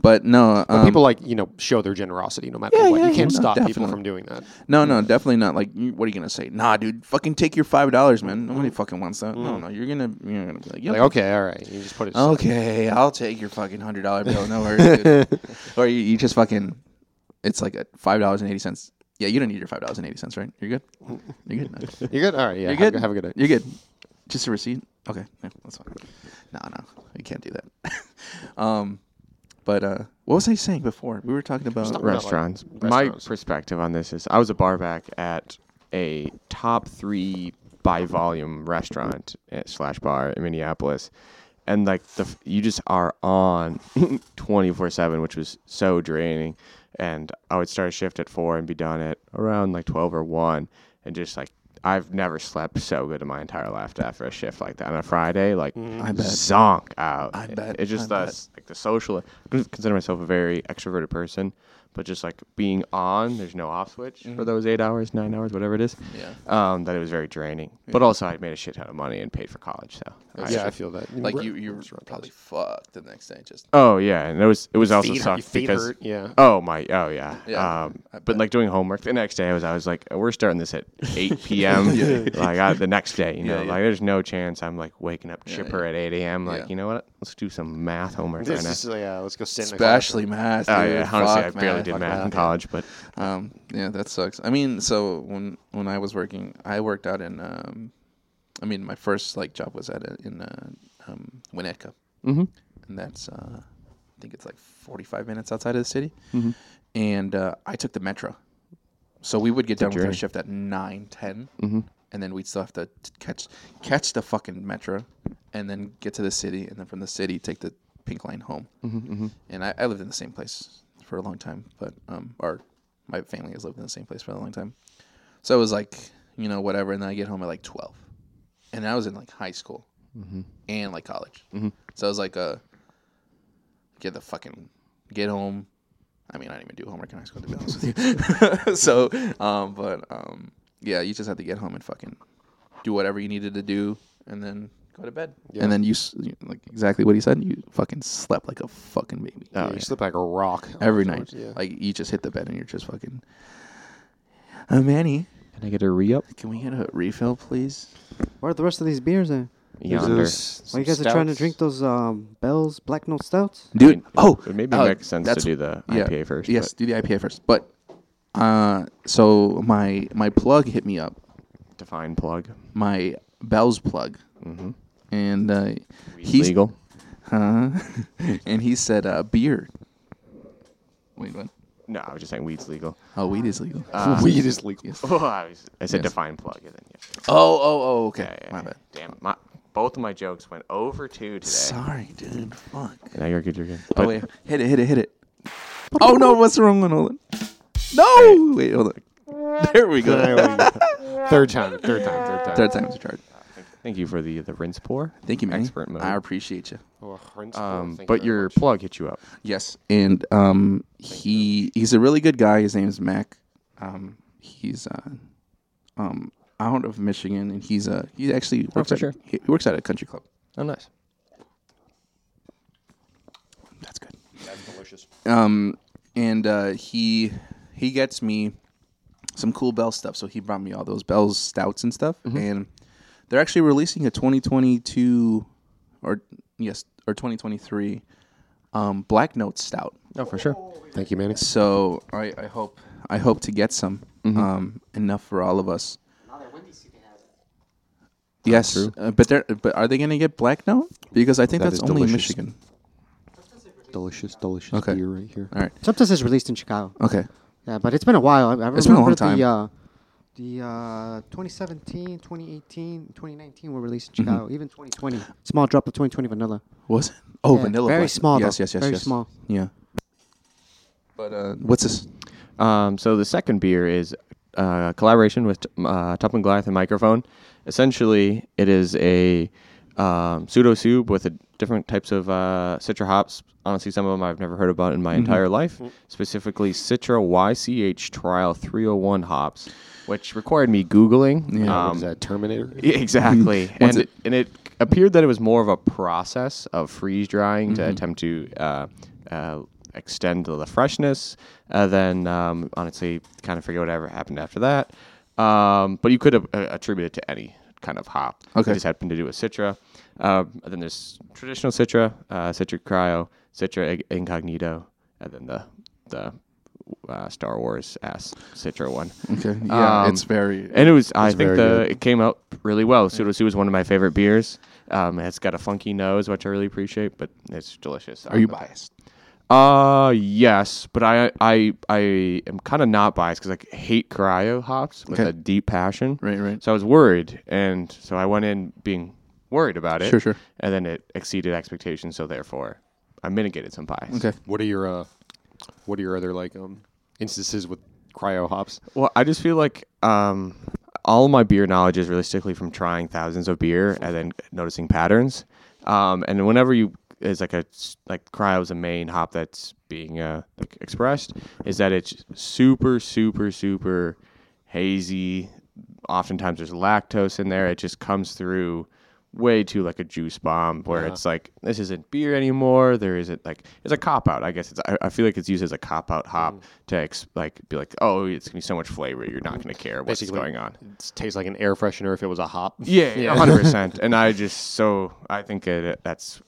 But no,
But
um,
people like you know show their generosity no matter
Yeah,
what.
yeah,
you can't
no,
stop people
definitely.
from doing that.
No, no, definitely not. Like, you- what are you gonna say? Nah, dude, fucking take your five dollars, man. Nobody fucking wants that. No, no, you're gonna, you're gonna be like, yep.
Mm. Like
Oh,
okay, all right, you just put it. aside.
okay, I'll take your fucking hundred dollar bill. No worries, dude. or you, you just fucking, it's like a five dollars and eighty cents. Yeah, you don't need your five dollars and eighty cents, right? You're good. You're good. Okay.
You good? All right, yeah.
You're
have a
good.
good- Have a good day.
You're good. Just a receipt. Okay, yeah, that's fine. No, no, you can't do that. um, but uh, what was I saying before? We were talking about
Stop.
restaurants.
Not like
My
restaurants.
perspective on this is I was a bar back at a top three by volume restaurant at slash bar in Minneapolis. And like the f- you just are on 24/7, which was so draining. And I would start a shift at four and be done at around like 12 or one, and just like I've never slept so good in my entire life after a shift like that on a Friday. Like
Mm-hmm. I bet.
zonk out.
I
It-
bet,
It's just
I
the
bet.
s- like the social. I consider myself a very extroverted person, but just like being on, there's no off switch
Mm-hmm.
for those eight hours, nine hours, whatever it is.
Yeah.
Um, that it was very draining. But also, I made a shit ton of money and paid for college, so. I-
yeah, I feel that.
Like you, you're probably fucked the next day. Just
Oh yeah, and it was it was also
feet hurt-
sucked
your feet
because
hurt, yeah.
Oh my, oh yeah.
Yeah,
um,
I
but
bet.
like doing homework the next day, I was I was like, we're starting this at eight p.m. Like I, the next day, you know,
Yeah, yeah.
like there's no chance I'm like waking up chipper at eight a.m. Like
Yeah.
you know what? Let's do some math homework
This
right
is,
now.
yeah, let's go sit in the class.
especially math.
Oh
dude.
yeah, honestly, I
Fuck
barely
math.
did
Fuck
math in
math.
college, but
Um, yeah, that sucks. I mean, so when when I was working, I worked out in. Um, I mean, my first like job was at a, in uh, um, Winnetka,
Mhm.
and that's uh, I think it's like forty five minutes outside of the city, and uh, I took the metro. So we would get done with our
journey.
shift at nine and then we'd still have to t- catch catch the fucking metro, and then get to the city, and then from the city take the pink line home. And I, I lived in the same place for a long time, but um, or my family has lived in the same place for a long time, so it was like you know whatever, and then I get home at like twelve, and I was in like high school and like college, so it was like a get the fucking get home. I mean, I didn't even do homework in high school to be honest with you. so, um, but um, yeah, you just have to get home and fucking do whatever you needed to do, and then go to bed. And then you s- you- like exactly what he said. You fucking slept like a fucking baby
Yeah, Oh, you sleep like a rock
every night.
afterwards, Oh, Yeah.
Like you just hit the bed and you're just fucking. Uh, Manny,
can I get a re up
can we get a refill, please?
Where are the rest of these beers at?
yonder?
Why you guys are trying to drink those um, Bell's Black Note Stouts?
dude.
mean,
oh,
it maybe
uh,
makes sense to
that's-
do the IPA first,
Yes, do the IPA first. But uh, so my my plug hit me up,
Define plug.
my Bell's plug, and uh, he's
Mm-hmm. Legal.
Huh? and he said uh, beer. Wait, what?
No, I was just saying weed's legal.
Oh, weed is legal.
Weed is legal.
Oh, I, was, I said
Yes.
define plug. And then, yeah.
oh, oh, oh. Okay,
Yeah, yeah,
my
yeah.
bad.
Damn, my, both of my jokes went over two today.
Sorry, dude. Fuck.
Now you're good. You're good.
Oh
But-
wait, hit it, hit it, hit it. Oh no, what's the wrong one? Hold on. No, wait, hold on. There we go.
third time, third time, third time.
Third time's a charm.
Thank you for the the rinse pour.
Thank you, man.
Expert mode.
I appreciate you.
Oh, rinse bowl,
um,
thank you
but
very
your
much.
plug hit you up.
Yes, and um, he he's a really good guy. His name is Mac. Um, he's uh, um, out of Michigan, and he's uh, he actually works
Oh, for
at
sure.
he he works at a country club.
Oh, nice.
That's good.
That's delicious.
Um, and uh, he he gets me some cool Bell stuff. So he brought me all those Bell's stouts and stuff,
Mm-hmm.
and they're actually releasing a 2022 or yes or 2023 um, Black Note Stout.
Oh, for sure.
Thank you, Manny.
So I, I hope I hope to get some
Mm-hmm.
um, enough for all of us. Yes,
True.
uh, but they're but are they going to get black note? Because I think
That
that's
is
only
delicious.
Michigan.
Delicious, delicious
Okay.
beer right here.
All right.
Sometimes it's released in Chicago.
Okay.
Yeah, but it's been a while. I, I
Oh. It's been a long
remember
time.
The, uh, the uh, 2017, 2018, 2019 were released in Chicago.
Mm-hmm.
Even 2020. Small drop of 2020 vanilla.
Was it? Oh,
Yeah,
vanilla.
Very
Black-
small.
Yes,
though.
yes, yes,
Very
yes.
small.
Yeah. But uh, what's this?
Um, so the second beer is uh, collaboration with uh, Top and Goliath and Microphone. Essentially, it is a um, pseudo soup with a different types of uh, citra hops. Honestly, some of them I've never heard about in my
Mm-hmm.
entire life. Specifically, Citra YCH Trial 301 hops, which required me googling.
Yeah,
What is that Terminator?
Um, Yeah, exactly. and
it-
it, and it appeared that it was more of a process of freeze drying to
Mm-hmm.
attempt to uh, uh, extend the freshness. Uh, then um, honestly, kind of forget whatever happened after that. Um, but you could have uh, attribute it to any kind of hop.
Okay.
It just happened to do with Citra. Um, and then there's traditional Citra, uh, Citra Cryo, Citra Ig- Incognito, and then the the uh, Star Wars ass Citra one
Okay. Yeah,
Um,
it's very.
and it was I think
very
the
good.
it came out really well. Pseudo Sue is one of my favorite beers. Um, it's got a funky nose, which I really appreciate, but it's delicious. Um,
Are you biased?
Uh, yes, but I I I am kind of not biased because I hate cryo hops with
Okay.
a deep passion.
Right, right.
So I was worried, and so I went in being worried about it.
Sure, sure.
And then it exceeded expectations, so therefore I mitigated some bias.
Okay.
What are your uh, what are your other like um instances with cryo hops?
Well, I just feel like um, all my beer knowledge is realistically from trying thousands of beer and then noticing patterns. Um, and whenever you is like a s- like cryo is a main hop that's being uh, like expressed is that it's super super super hazy. Oftentimes there's lactose in there. It just comes through way too like a juice bomb where it's like this isn't beer anymore. There isn't like it's a cop out. I guess it's I, I feel like it's used as a cop out hop to ex- like be like oh it's gonna be so much flavor you're not gonna care what's
Basically,
going on.
It tastes like an air freshener if it was a hop.
Yeah, hundred percent. And I just so I think it, that's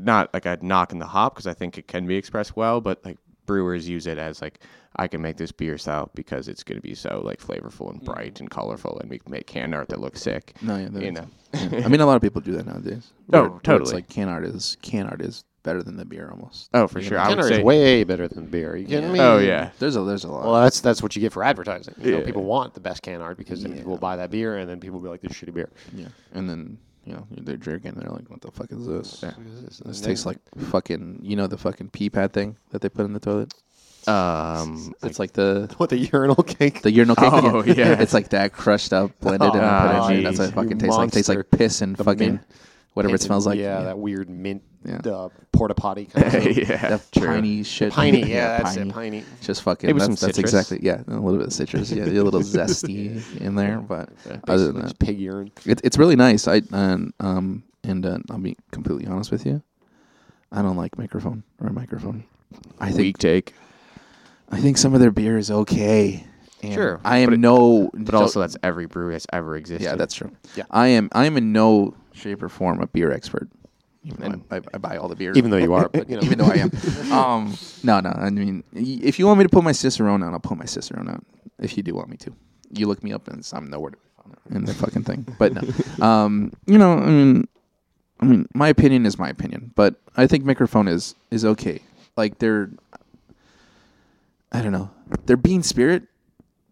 not like a knock in the hop because I think it can be expressed well, but like brewers use it as like I can make this beer style because it's going to be so like flavorful and bright and colorful, and we can make can art that looks sick.
Mm-hmm. No, yeah, that
you
makes
know.
I mean, a lot of people do that nowadays.
Oh,
Where- where It's
totally.
like can art is can art is better than the beer almost.
Oh, for sure. I
Kenner
would say.
is way better than beer. Are you kidding me?
oh yeah.
There's a there's a lot.
Well, that's that's what you get for advertising. You know,
Yeah.
people want the best can art because then people will buy that beer, and then people will be like, "This is shitty beer."
yeah, and then you know they're drinking. They're like, what the fuck is this?
This
This tastes like fucking you know the fucking pee pad thing that they put in the toilet.
Um.
It's like the
what the urinal cake.
the urinal cake.
Oh, yeah.
it's like that crushed up, blended, and
Oh,
put in. That's what
jeez.
it fucking
You
tastes like. Tastes like
monster.
piss and fucking
mint-
whatever it
Mint-
smells like.
Yeah, that weird mint
Yeah.
uh, porta potty kind of thing.
yeah.
that
true.
piney shit.
Piney, yeah, that's
piney.
it. Piney.
Just fucking.
Maybe
that's
some
that's
citrus.
exactly. Yeah, a little bit of citrus. Yeah, a little zesty in there, but other than
Basically,
that,
it's pig urine.
it, it's really nice. I and um and uh, I'll be completely honest with you. I don't like microphone or microphone. I think
Weak take.
I think some of their beer is okay. And
Sure,
I am
but it-
no.
But also, that's every brewery that's ever existed.
yeah, that's true.
Yeah.
I am. I am in no shape or form a beer expert. Even
I'm-
though I, I, I buy all the beer.
Even though you are, but you know,
even though I am. Um, no, no. I mean, y- if you want me to put my Cicerone on, I'll put my Cicerone on. If you do want me to, you look me up, and it's, I'm nowhere to be found in the fucking thing. But no, um, you know, I mean, I mean, my opinion is my opinion, but I think microphone is is okay. Like they're, I don't know, their bean spirit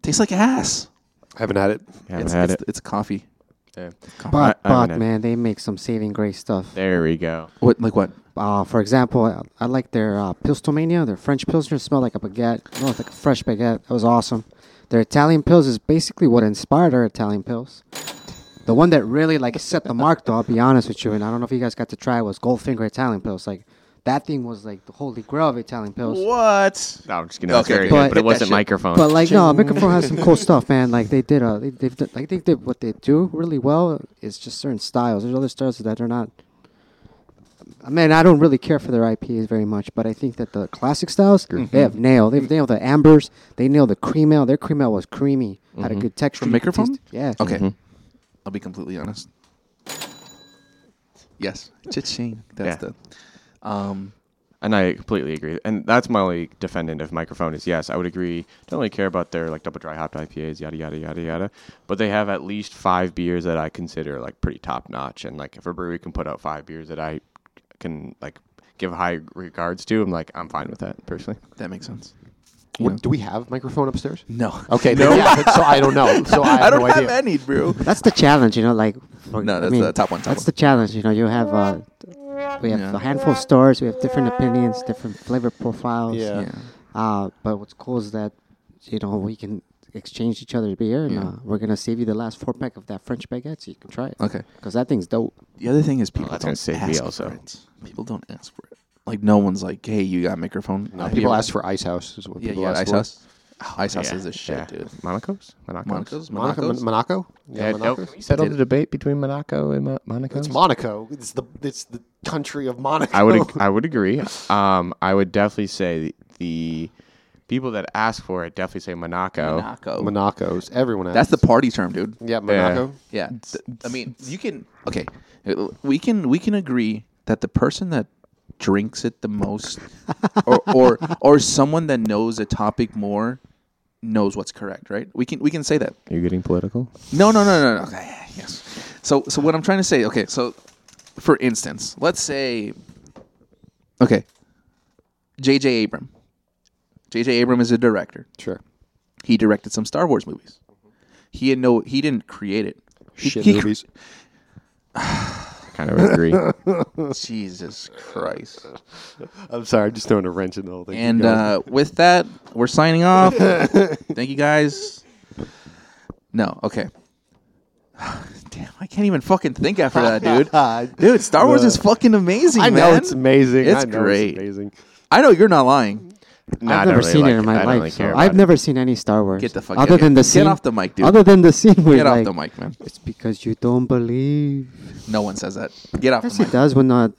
tastes like ass.
I haven't had it.
Haven't
it's,
had
it's, it's coffee.
it.
But
I- I mean,
but
I-
man, they make some saving grace stuff.
There we go.
What like what?
Uh, for example, I, I like their uh, Pilstomania. Their French Pilsner smelled like a baguette. No, it's like a fresh baguette. That was awesome. Their Italian Pils is basically what inspired our Italian Pils. The one that really like set the mark, though, I'll be honest with you, and I don't know if you guys got to try it, was Goldfinger Italian Pils. Like that thing was like the holy grail of Italian Pils.
What?
No, I'm just kidding. That was
Okay,
very
okay.
good,
But-
but it wasn't
shit.
microphone.
But like no, Microphone has some cool stuff, man. Like they did, uh, they, they've done, I think that what they do really well is just certain styles. There's other styles that are not. I mean, I don't really care for their IPAs very much, but I think that the classic styles
Mm-hmm.
they have nailed. They've nailed the ambers. They nailed the cream ale. Their cream ale was creamy, had a good texture.
Mm-hmm. From
you could
Microphone?
taste- Yeah.
Okay. I'll be completely honest. Yes. Cha-ching. That's
Yeah.
the. Um,
And I completely agree. And that's my only defendant of microphone is yes, I would agree. Don't really care about their like double dry hopped IPAs, yada yada yada yada. But they have at least five beers that I consider like pretty top notch. And like if a brewery can put out five beers that I can like give high regards to, I'm like I'm fine with that personally.
that makes sense.
What,
Yeah.
Do we have microphone upstairs?
No.
Okay, no. Yeah, but- so I don't know. So I have
I don't
no
have
idea.
any, bro.
That's the challenge, you know. Like, for,
No,
I
Uh, that's
mean,
the top one, top
that's
one.
the challenge, you know. You have uh, we have
Yeah.
a handful of stores. We have different opinions, different flavor profiles.
Yeah.
Yeah.
Uh, but what's cool is that, you know, we can exchange each other's beer, and
Yeah.
uh, we're gonna save you the last four pack of that French baguette, so you can try it.
Okay.
Because that thing's dope.
The other thing is people
that's gonna
don't
save me
ask
also.
for it. People don't ask for it. Like no one's like, hey, you got a microphone?
No,
Have
people
you
ask for Ice House. Is what
Yeah,
people
yeah,
ask
ice
for.
house. Oh, ice house is a shit,
Yeah.
dude.
Monaco's? Monaco's?
Monaco's,
Monaco,
Monaco's.
Mon- Monaco.
Yeah, no,
Monaco's?
can we settle the debate between Monaco and Mo- Monaco's?
It's Monaco. It's the it's the country of Monaco.
I would ag- I would agree. Um, I would definitely say the, the people that ask for it definitely say Monaco.
Monaco.
Monaco's. Everyone.
That's
Asks.
the party term, dude.
yeah Monaco.
Yeah. Th- I mean, you can okay. uh, We can we can agree that the person that drinks it the most or or or someone that knows a topic more knows what's correct, right? We can we can say that.
Are you getting political?
No, no, no, no, no. Okay, yes. So, so what I'm trying to say, okay, so for instance, let's say, okay, J.J. Abram. J.J. Abram is a director.
Sure.
He directed some Star Wars movies. He had no. He didn't create it. He-
Shit
he cr-
movies.
Kind of agree.
Jesus Christ.
I'm sorry. I'm just throwing a wrench in the whole thing.
And
Go.
uh, with that, we're signing off. Thank you guys. No, okay. Damn, I can't even fucking think after that, dude. dude, Star Wars is fucking amazing,
Ah, I know
man.
it's amazing.
It's
I know
great.
It's amazing.
I know you're not lying.
Nah, I
I've
don't
never
really
seen
like
it in my
I don't
life.
really
so
care about
I've
it.
never seen any Star Wars.
Get the fuck
other
out.
than the
Get
scene.
off the mic, dude.
Other than the scene where
Get off
like,
the mic, man.
It's because you don't believe.
No one says that. Get off
Yes,
the
he
mic.
does when uh,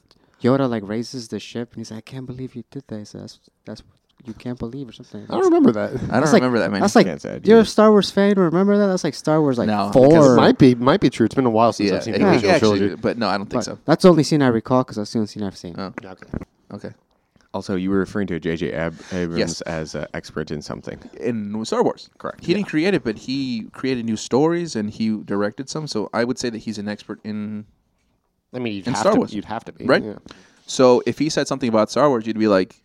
Yoda like raises the ship and he's like, "I can't believe you did that." He says, that's that's you can't believe or something.
I don't remember that.
I don't
That's like-
remember that, man.
That's like
Can't say I do.
you're a Star Wars fan. Remember that? That's like Star Wars like
No, because
four.
It might be might be true. It's been a while since
yeah,
I've seen
it-
the
it
original
actually-
trilogy.
but no, I don't think
But
so.
That's the only scene I recall because that's the only scene I've seen.
Oh,
Okay.
okay.
Also, you were referring to J.J. Ab- Abrams
Yes.
as an expert in something.
in Star Wars. Correct. He didn't create it, but he created new stories and he directed some. So I would say that he's an expert in.
I mean, you'd
In
have
Star
to.
Wars.
You'd have to be
Right.
Yeah.
So if he said something about Star Wars, you'd be like,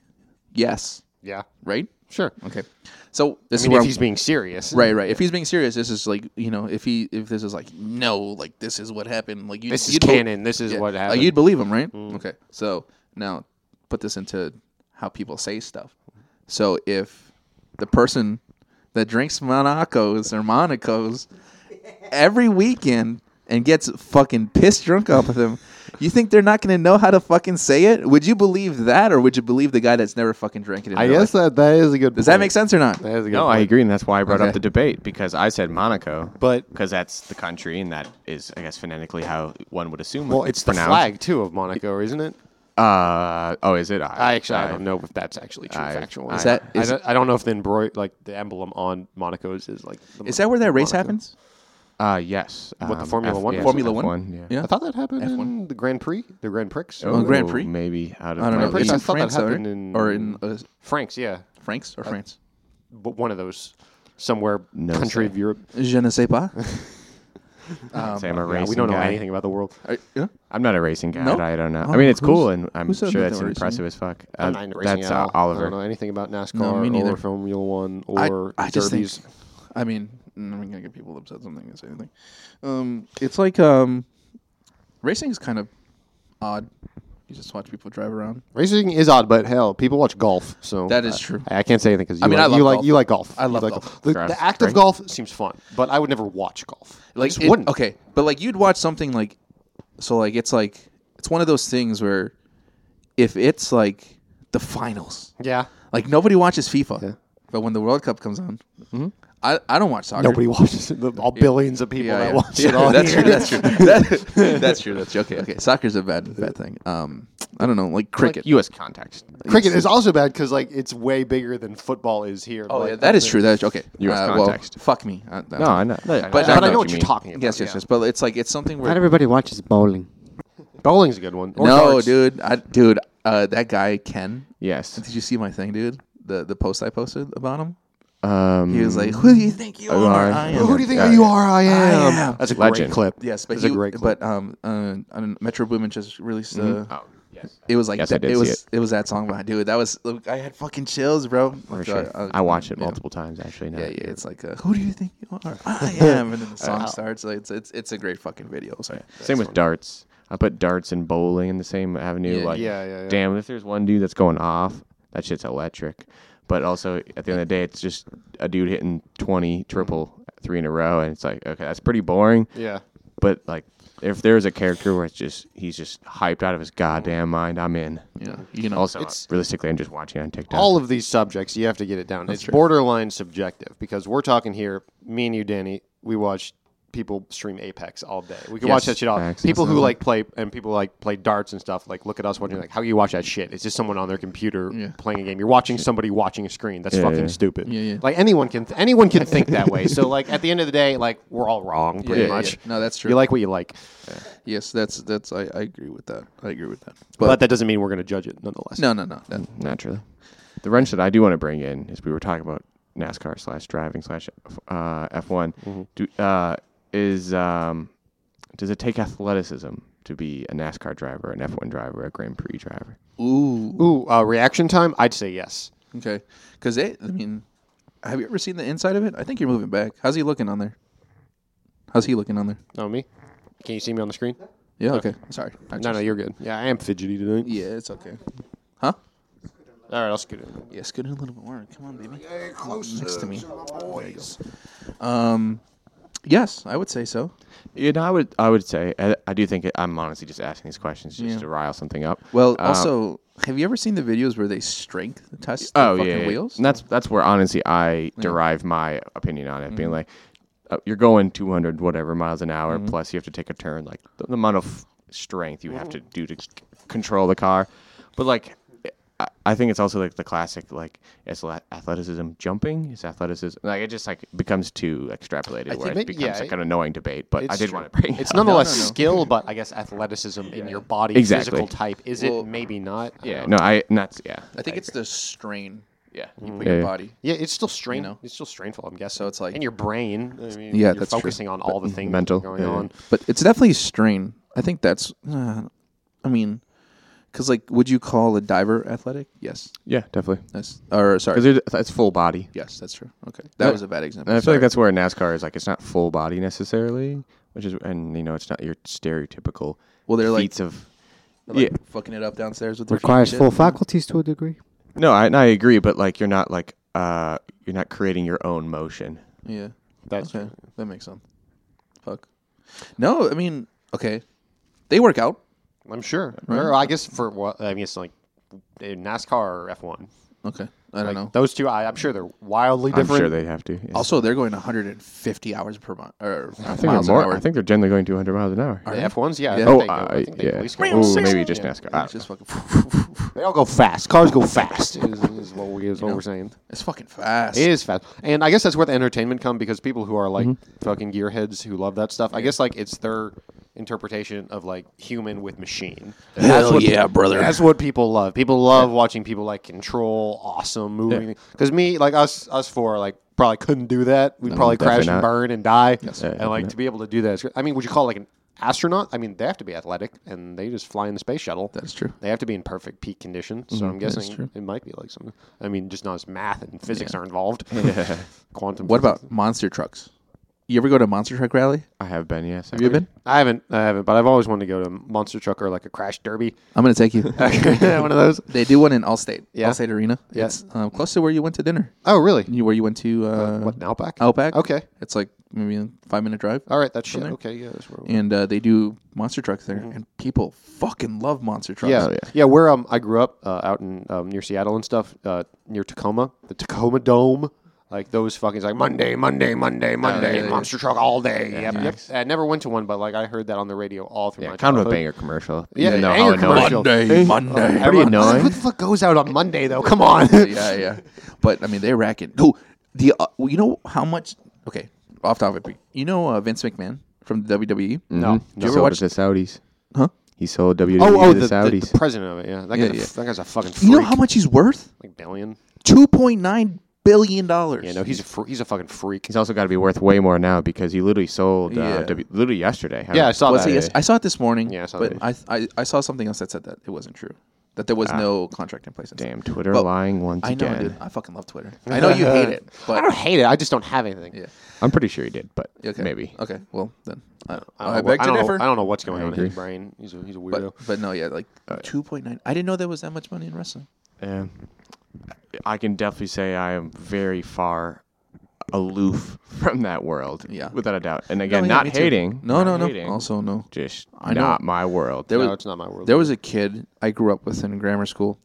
yes,
Yeah.
right?
Sure.
Okay. So
I
this is
mean, if
where I'm-
he's being serious,
right, right. If he's being serious, this is like you know, if he if this is like no, like this is what happened. Like you,
This is
you'd bel-
canon. This is
yeah,
what
like,
happened. Mm.
you'd believe him, right? Okay. So now put this into how people say stuff. So if the person that drinks Monacos or Monacos every weekend and gets fucking pissed drunk off of them, you think they're not going to know how to fucking say it? Would you believe that, or would you believe the guy that's never fucking drank it? In
I
their
guess
life?
that that is a good.
Does that make sense or not?
That is a good.
No, I
point.
agree, and that's why I brought
Okay.
up the debate because I said Monaco,
But-
because that's the country, and that is, I guess, phonetically how one would assume.
Well, it's the
pronounced.
flag too of Monaco, isn't it?
Uh, oh, is it?
I actually I don't know if that's actually true
I-
factual.
I-
Is
that- is-
I, don't, I don't know if the embroid like the emblem on Monaco's is like the
Is that where that race
Monaco.
happens?
Uh, yes.
What, the Formula One?
yes,
Formula
F1,
One?
Yeah.
Yeah.
I thought that happened
F1.
in the Grand Prix, the Grand Prix.
Oh, Grand
Ooh,
Prix?
Maybe out of.
I don't know.
my
pretty
It's
sure
in
I thought that
France, though,
happened
right?
in- Uh,
or in uh,
Frank's, yeah,
France or France.
but one of those somewhere
No
country
say.
of Europe. Uh,
Je ne sais pas.
I'd say I'm a
Yeah,
racing
we don't know
guy.
anything about the world.
Are- yeah?
I'm not a racing guy.
No?
I don't know.
Oh,
I mean, it's
who's-
cool, and I'm
who said
sure
that
that's
they're racing?
impressive as fuck. Uh,
I'm not into racing
that's
at
uh,
all. I
Oliver.
don't know anything about
No,
NASCAR
me neither.
or Formula One
I-
or
I, just think,
derbies.
I mean, mm, I'm gonna get people upset. Something say anything. Um, it's like um, racing is kind of odd. You just watch people drive around.
Racing is odd, but hell, people watch golf, so
That is
I-
true.
I, can't say anything because you,
I mean,
like,
I love
you like
golf.
you like golf.
I
You
love
like
golf.
The,
Grass,
the act of
right?
golf seems fun, but I would never watch golf. I
Like
just
it-
wouldn't.
okay, but like you'd watch something like, so like it's like it's one of those things where if it's like the finals,
Yeah.
like nobody watches FIFA, but when the World Cup comes on,
Mm-hmm.
I I don't watch soccer.
Nobody watches it. The- all billions of people that watch it all
that's
year.
true. That's true. That- that's true. That's true. Okay. Okay. Soccer's a bad bad thing. Um, I don't know, like cricket.
Like, U.S. context.
Cricket is also bad because like it's way bigger than football is here.
oh
Like,
yeah, that is true. That's okay.
U.S.
Uh, well,
context.
fuck me. I,
No, I know. But,
But,
I
but I
know
know
what
what you're talking about.
Yes, yes, yes. But it's like it's something
Not
where
everybody watches bowling.
Bowling's a good one. Or
no,
darts.
dude. I dude. Uh, that guy Ken.
Yes.
Did you see my thing, dude? The the post I posted about him.
Um,
He was like, "Who do you think you are?
are.
I
Well,
am."
Who do you think
Yeah,
you
yeah.
are? I am.
am.
That's a great
Legend.
clip.
Yes, but
That's a
he,
great clip. Mm-hmm.
but um, uh, I don't know, Metro Boomin just released. Uh,
Oh, yes.
It was like
Yes, I
that,
did
it
see
was
it.
was that song, but dude, that was look, I had fucking chills, bro.
For
Like,
sure.
uh,
I watched it
yeah.
multiple times actually. Now.
Yeah, yeah. It's like, uh, who do you think you are? I am. And then the song starts. Like, it's, it's it's a great fucking video. Sorry.
Same with darts. I put darts and bowling in the same avenue.
Yeah,
like,
yeah, yeah, yeah.
damn, if there's one dude that's going off, that shit's electric. But also, at the end of the day, it's just a dude hitting 20 triple three in a row, and it's like, okay, that's pretty boring.
Yeah.
But like, if there's a character where it's just he's just hyped out of his goddamn mind, I'm in.
Yeah, you know.
Also,
It's-
realistically, I'm just watching it on TikTok.
All of these subjects, you have to get it down. it's borderline subjective because we're talking here. Me and you, Danny, we watch people stream Apex all day. We can watch
Yes,
that shit all.
facts.
People who like play and people like play darts and stuff. Like look at us watching. Like how can you watch that shit? It's just someone on their computer
Yeah.
playing a game. You're watching somebody watching a screen. That's
Yeah,
fucking
yeah.
stupid.
Yeah, yeah.
Like anyone can anyone can think that way. So like at the end of the day, like we're all wrong pretty
yeah,
much.
yeah. No, that's true.
You like what you like,
Yes, that's that's. I, I agree with that. I agree with that.
but,
But,
that doesn't mean we're going to judge it nonetheless.
no, no, no. That,
naturally. The wrench that I do want to bring in is we were talking about NASCAR slash driving slash uh, F one.
Mm-hmm.
Do uh, is um, does it take athleticism to be a NASCAR driver, an F one driver, a Grand Prix driver?
ooh.
Ooh, uh, reaction time? I'd say yes.
Okay. Because they. I mean, have you ever seen the inside of it? I think you're moving back. How's he looking on there? How's he looking on there?
Oh, me? Can you see me on the screen?
Yeah.
Uh,
Okay. Sorry.
No,
I
no,
just-
you're good. Yeah, I am fidgety tonight.
Yeah, it's okay. Huh?
All right, I'll scoot in.
Yeah, scoot in a little bit more. Come on, baby. Come on, next to me. There you go. Um, Yes, I would say so.
You know, I would I would say I, I do think it, I'm honestly just asking these questions just to rile something up.
Well,
Um,
also, have you ever seen the videos where they strength test the
oh
fucking
yeah, yeah.
wheels?
And that's that's where honestly I derive my opinion on it, being
Mm-hmm.
like, uh, you're going 200 whatever miles an hour, plus you have to take a turn. Like the, the amount of strength you have
Mm-hmm.
to do to c- control the car, but like. I- I think it's also like the classic, like it's la- athleticism jumping is athleticism. Like it just like becomes too extrapolated,
I
where it
think it-
becomes
yeah,
like
it-
an annoying debate. But I
It's
did
true.
want to bring it
It's
up.
nonetheless
no, no.
skill, but I guess athleticism in your body,
Exactly.
physical type. Is
Well-
it maybe not? I
Yeah,
don't know.
no, I and that's yeah.
I think it's the strain Mm-hmm.
yeah.
you put
Yeah,
your
yeah.
body.
Yeah, it's still strain.
know?
It's still strainful. I'm guessing.
So it's like-
and your brain. I mean,
Yeah,
you're
that's true.
focusing on all the things
mental,
going
yeah.
on.
But it's definitely a strain. I think that's. Uh, I mean, because like, would you call a diver athletic? Yes.
yeah, definitely.
That's or sorry.
Because it's full body.
yes, that's true. Okay, that
I-
was a bad example.
And I feel
Sorry.
like that's where NASCAR is like it's not full body necessarily, which is and you know it's not your stereotypical
Well, they're, like-
feats of
Like,
yeah.
fucking it up downstairs with their feet
Requires
and
full
shit.
faculties to a degree.
No, I, and I agree, but like you're not like uh you're not creating your own motion.
Yeah,
That's
okay. That makes sense. Fuck. No, I mean, okay, they work out.
I'm sure. Or I guess for what I mean, it's like in NASCAR or F1.
Okay, I don't
Like,
know.
Those two, I, I'm sure they're wildly
I'm
different.
sure they have to. yeah.
Also, they're going 150 hours per month. Or
I think they're
miles an
more.
hour.
I think they're generally going 200 miles an hour.
The F1s, yeah.
Yeah.
I think
Oh,
they go-
uh,
I think they
yeah.
at least go-
Ooh, maybe just
Yeah.
NASCAR. I
It's
don't know.
just fucking.
They all go fast. Cars go fast. Is, is what, we, is what we're saying.
It's fucking fast.
It is fast, and I guess that's where the entertainment come because people who are like
Mm-hmm.
fucking gearheads who love that stuff. I guess like it's their interpretation of like human with machine. And
Hell yeah, brother.
That's what people love. People love watching people like control awesome moving. Because me, like us, us four, like probably couldn't do that. We'd probably crash
definitely
and
not.
burn and die.
Yeah,
and like
definitely.
to be able to do that, is great. I mean, would you call it like an astronaut? I mean, they have to be athletic, and they just fly in the space shuttle.
That's true.
They have to be in perfect peak condition. So I'm guessing
true.
it might be like something. I mean, just not as math and physics are involved. Quantum.
What
physics.
about monster trucks? You ever go to a monster truck rally?
I have been. Yes, have
you been?
I haven't. I haven't. But I've always wanted to go to monster truck or like a crash derby.
I'm gonna take you.
One of those.
they do one in Allstate,
Yeah.
Allstate Arena.
Yeah.
It's um, close to where you went to dinner.
Oh, really?
You- Where you went to uh,
what an Outback?
Outback.
Okay.
it's like maybe a five minute drive.
All right. That's shit.
there.
Okay. Yeah. That's where we-
And uh, they do monster trucks there,
Mm-hmm.
and people fucking love monster trucks.
yeah, yeah, Where um I grew up uh, out in um, near Seattle and stuff, uh, near Tacoma, the Tacoma Dome, like those fucking like Monday, Monday, Monday, Monday,
yeah, yeah.
monster truck all day. Yep, yep. I never went to one, but like I heard that on the radio all through
Yeah,
my
kind of a
childhood.
banger commercial.
Yeah,
even though
banger
how annoying-
commercial.
Monday, Monday.
Pretty
Everyone-
annoying.
Who the fuck goes out on Monday though? Come on.
yeah, yeah. But I mean, they're racking. No, the uh, well, you know how much? Okay, off topic. You know uh, Vince McMahon from the WWE?
No,
Did
he
you ever
sold it
watch?
to the Saudis.
Huh?
He sold WWE
Oh, oh,
to
the,
the,
the,
Saudis.
the president of it. Yeah, that,
Yeah,
guy's a-
yeah.
that guy's a fucking freak.
You know how much he's worth?
Like billion.
Two point nine billion dollars.
Yeah, no, he's a fr- he's a fucking freak.
He's also got to be worth way more now because he literally sold uh,
Yeah.
w- literally yesterday.
Yeah, I saw
Was
that.
it yes- I saw it this morning.
eh? Yeah, I saw
but
that.
I, I I saw something else that said that it wasn't true. That there was
Ah.
no contract in place. and stuff.
Damn, Twitter
But
lying once
I know,
again.
dude. I fucking love Twitter. I know you hate it,
I
but
don't hate it. I just don't have anything.
yeah.
I'm pretty sure he did, but
Okay.
maybe.
Okay. Well, then I,
I don't,
I
know, what-
beg
I
to
don't know-
differ.
I don't know what's going
I
on in his
agree.
brain. He's a, he's a weirdo.
but but no, yeah, like two point nine. I didn't know there was that much money in wrestling.
Yeah. I can definitely say I am very far aloof from that world.
Yeah.
Without a doubt. And again,
No, Oh, yeah,
not
me too.
hating.
No,
not
no, no.
hating,
Also, no.
just
I know.
not my world.
There
no,
was
it's not my world.
there was a kid I grew up with in grammar school.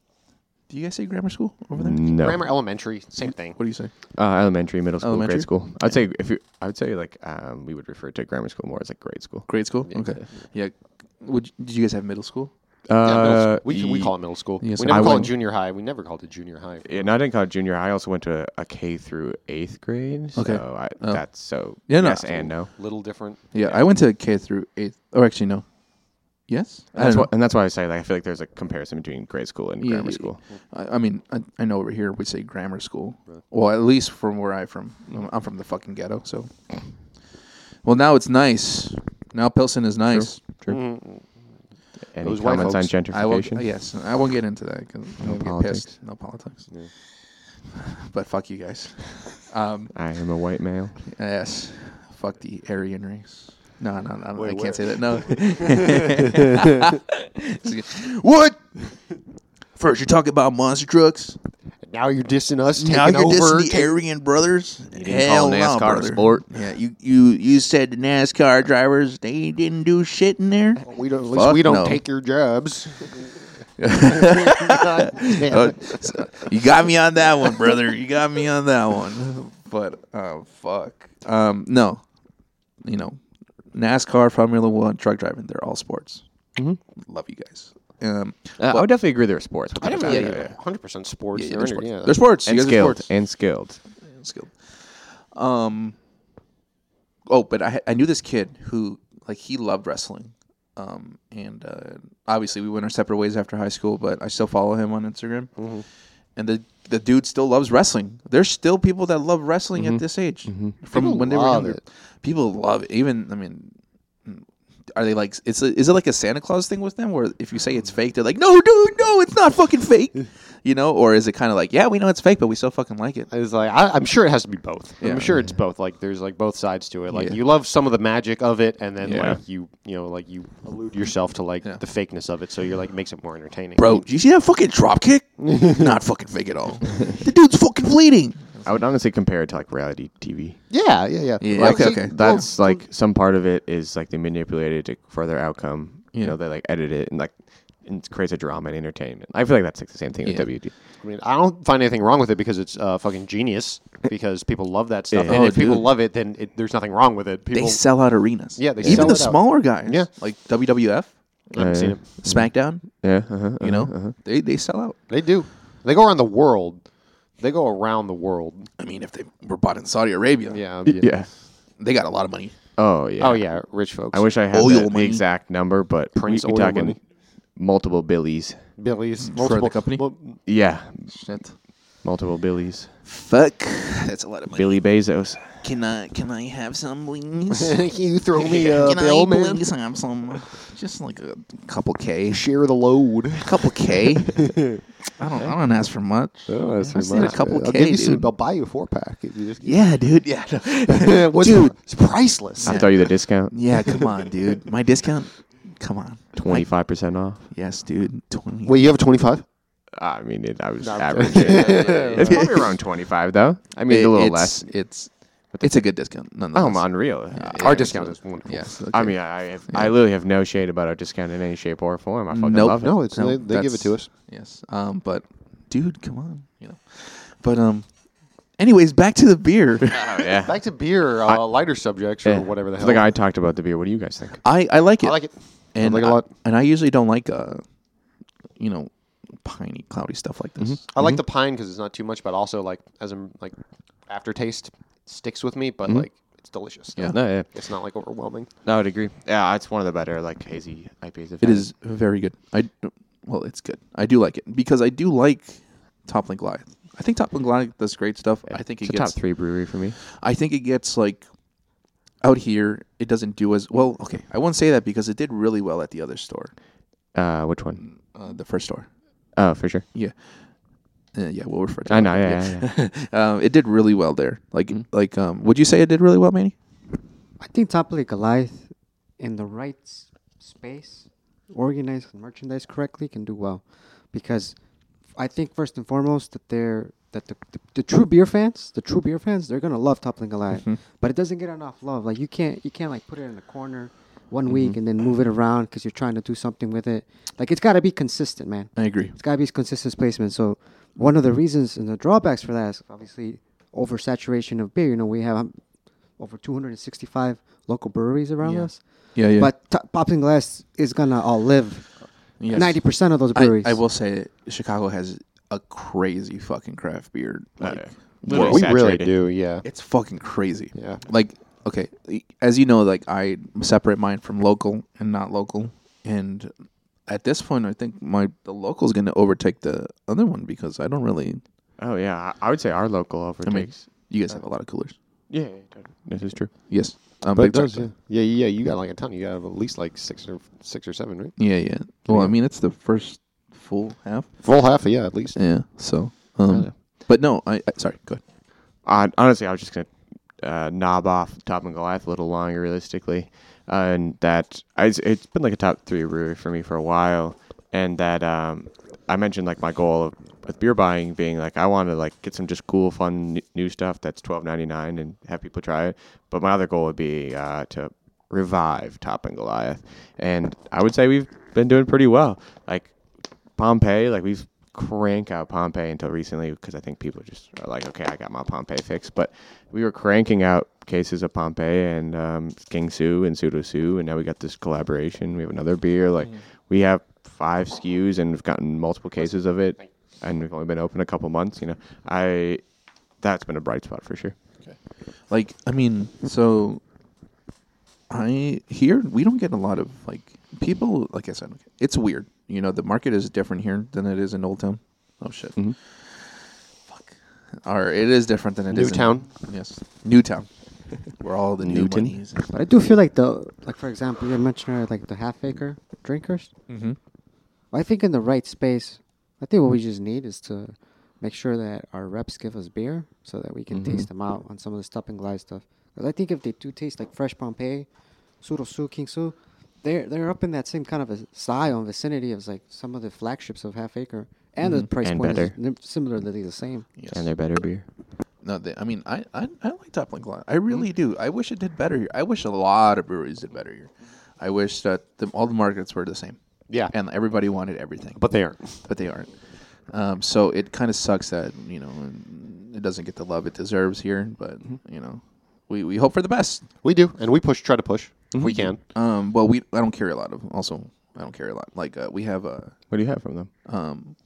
Do you guys say grammar school over there?
no.
grammar elementary, same thing.
What do you say?
Uh, elementary, middle school,
Elementary?
grade school. I'd say if you, I would say like um, we would refer to grammar school more as like grade school.
Grade school. okay. Yeah. Would did you guys have middle school?
Yeah, middle
Uh,
school. we, we
ye-
call it middle school.
Yes,
we never
I
call it
went-
junior high. We never called it junior high.
Yeah, no, I didn't call it junior. high. I also went to a K through eighth grade. So
Okay.
I,
Oh.
that's so
Yeah, no.
yes and no.
Little different.
Yeah, I went to K through eighth. Or actually, no. Yes, I
That's
don't
what, and that's why I say like I feel like there's a comparison between grade school and
Yeah,
grammar
yeah,
school.
know. I, I mean, I, I know over here we say grammar school. Well, at least from where I'm from, I'm- I'm from the fucking ghetto. So, well, now it's nice. Now Pilsen is nice.
True.
Mm-hmm.
Any
Those white
comments on
folks.
gentrification?
I will. Yes, I won't get into that because no get
politics.
pissed. No politics. But fuck you guys. Um,
I am a white male.
yes, fuck the Aryan race. No, no, no, no I
Wait,
can't
where?
say that. No. what? First, you're talking about monster trucks.
Now you're dissing us. Taking
Now you're
over.
dissing the Aryan brothers.
didn't call
Hell no,
NASCAR a
brother.
sport.
Yeah, you, you you said the NASCAR drivers they didn't do shit in there.
we don't. At least
Fuck
we don't
no.
take your jobs.
Uh, so- you got me on that one, brother. You got me on that one. But uh, fuck. Um, no, you know, NASCAR, Formula One, truck driving—they're all sports. Love you guys. Um,
Uh, I would definitely agree there are sports.
I never.
yeah,
Yeah,
yeah.
100% sports.
yeah,
they're
they're
inter-
sports.
yeah.
They're sports.
And
you guys are
skilled.
sports.
And skilled.
and skilled. Um. Oh, but I I knew this kid who like he loved wrestling, um, and uh, obviously we went our separate ways after high school. But I still follow him on Instagram,
Mm-hmm.
and the the dude still loves wrestling. There's still people that love wrestling at this age from
Mm-hmm. People
when they were
love
younger.
it.
People love it. Even I mean. Are they like? It's a, is it like a Santa Claus thing with them, where if you say it's fake, they're like, "No, dude, no, it's not fucking fake," you know? Or is it kind of like, "Yeah, we know it's fake, but we still fucking like it."
It's like I, I'm sure it has to be both.
Yeah.
I'm sure it's both. Like there's like both sides to it. Like
Yeah.
you love some of the magic of it, and then
Yeah.
like you you know like you allude yourself to like
Yeah.
the fakeness of it. So you're like it makes it more entertaining.
bro, did you see that fucking drop kick? Not fucking fake at all. the dude's fucking bleeding.
I would honestly compare it to like reality TV.
Yeah, yeah, yeah.
Yeah,
Like,
okay,
see,
okay.
well,
That's like some part of it is like they manipulate it to, for their outcome.
Yeah.
You know, they like edit it and like and it creates a drama and entertainment. I feel like that's like the same thing
Yeah.
with WD.
I mean, I don't find anything wrong with it because it's uh, fucking genius. Because people love that stuff,
Yeah.
and
Oh,
if people
dude.
love it, then it, there's nothing wrong with it.
They
People,
sell out arenas.
Yeah, they
even
sell
the
it out.
smaller guys.
Yeah. Mm-hmm.
like WWF,
I haven't seen it.
SmackDown.
Uh, Yeah, uh-huh,
You know, they they sell out.
They do. They go around the world. They go around the world.
I mean, if they were bought in Saudi Arabia,
Yeah.
yeah.
they got a lot of money.
Oh yeah.
Oh yeah, rich folks.
I wish I had
Oil
the, the
money.
exact number, but
Prince
we,
oil
we're talking
money.
multiple billies.
Billy's
the company?
mul-
Yeah,
Shit.
multiple billies.
Fuck, that's a lot of money.
Billy Bezos.
Can I can I have some please?
Can you throw me a
can
bill,
I
man?
please have some? Just like a couple K,
Share the load.
couple K. I don't I don't ask for much. I just need a couple K, dude.
I'll buy you a four pack. If you just
Yeah, dude. Yeah,
dude, it's priceless.
I'll tell you the discount.
yeah. Come on, dude. My discount. Come on.
Twenty five percent off.
Yes, dude. Twenty.
Wait, you have twenty five?
I mean, it, I was
No, I'm
average. It's probably around twenty five though. I mean,
It-
a little
it's,
less.
It's it's a good discount.
Oh,
Nonetheless.
I'm unreal.
Yeah,
Our
it's
discount
a-
is wonderful.
Yes.
I
okay.
mean, I have, I literally have no shade about our discount in any shape or form. I fucking
Nope.
love it.
No, it's
No,
they, they give it
that's-
to us.
Yes. Um, but dude, come on. You know. But um. Anyways, back to the beer.
Oh, yeah.
Back to beer, uh, lighter subjects or
Yeah.
whatever the
It's
hell.
Like I talked about the beer. What do you guys think?
I I like it.
I like it. I
And
like it
I,
a lot.
and I usually don't like uh, you know, piney, cloudy stuff like this.
I like the pine because it's not too much, but also like as a like aftertaste sticks with me, but like it's delicious.
Yeah.
No, yeah.
It's not like overwhelming.
No, I would agree. Yeah, it's one of the better like hazy IPAs. I've
It
had.
is very good. I well, it's good. I do like it because I do like Toppling Goliath. I think Toppling Goliath does great stuff. I think
It's
it
a top
gets.
three brewery for me.
I think it gets like out here. It doesn't do as well. Okay, I won't say that because it did really well at the other store,
Uh, which one?
uh, the first store.
Oh, for sure.
Yeah, uh, yeah. We'll refer to.
I
it.
know. Yeah, yeah. yeah. Mm-hmm.
um, it did really well there. Like, like, um, would you say it did really well, Manny?
I think Topoli Goliath in the right s- space, organized and merchandised correctly, can do well, because I think first and foremost that they're that the, the, the true beer fans, the true beer fans, they're gonna love Toppling Goliath, but it doesn't get enough love. Like you can't you can't like put it in the corner one week and then move it around because you're trying to do something with it. Like it's got to be consistent, man.
I agree.
It's got to be consistent placement. So one of the reasons and the drawbacks for that is obviously oversaturation of beer. You know, we have um, over 265 local breweries around
Yeah.
us.
Yeah, yeah.
But t- Popping Glass is going to outlive 90% of those
I,
breweries.
I will say Chicago has a crazy fucking craft beer.
Oh, Uh,
Like,
Literally
we really
saturated.
do, yeah.
It's fucking crazy.
Yeah.
Like, okay, as you know, like I separate mine from local and not local, and at this point, I think my the local's going to overtake the other one because I don't really.
Oh yeah, I- I would say our local
I mean,
overtakes.
you guys have a lot of coolers.
Yeah, yeah, yeah, this is true.
Yes, um,
But
Big
it does, yeah.
Chocolate.
yeah, yeah. You got like a ton. You got at least like six or six or seven, right?
Yeah, yeah. Well, I mean, it's the first full half.
Full half, yeah, at least.
Yeah. So, um, but no, I, I sorry. Go ahead.
I, honestly, I was just gonna uh, knob off Top and Goliath a little longer, realistically, uh, and that I, it's- it's been like a top three brewery for me for a while, and that um, I mentioned like my goal of with beer buying being like I want to like get some just cool, fun, n- new stuff that's twelve ninety nine and have people try it. But my other goal would be uh, to revive Top and Goliath, and I would say we've been doing pretty well. Like Pompeii, like we've crank out Pompeii until recently because I think people just are like, okay, I got my Pompeii fix. But we were cranking out cases of Pompeii and um, King Su and Pseudo Su, and now we got this collaboration. We have another beer. Like we have five SKUs and we've gotten multiple cases of it, and we've only been open a couple months. You know, I that's been a bright spot for sure.
Like, I mean, so I here we don't get a lot of like people. Like I said, it's weird. You know, the market is different here than it is in Old Town. Oh shit. Fuck. Or it is different than it is
Newtown.
In, yes, Newtown, where all the new
Newton.
money is.
But I do feel like the like for example you mentioned like the half acre drinkers.
Mm-hmm.
I think in the right space, I think what we just need is to make sure that our reps give us beer so that we can taste them out on some of the stop and glide stuff. 'Cause I think if they do taste like fresh Pompeii, Pseudo Su, King Su, they're they're up in that same kind of a style and vicinity as like some of the flagships of Half Acre, and the price
And
point
better.
is n- similarly the same.
Yes.
And they're better beer.
No, they, I mean, I, I, I like Toppling Glass. I really do. I wish it did better here. I wish a lot of breweries did better here. I wish that the, all the markets were the same.
Yeah.
And everybody wanted everything, but,
but they aren't.
but they aren't. Um, so it kind of sucks that, you know, it doesn't get the love it deserves here, but, you know, we, we hope for the best.
We do, and we push. Try to push. We can.
Um, well, we I don't carry a lot of, also, I don't carry a lot. Like, uh, we have uh,
What do you have from them?
um,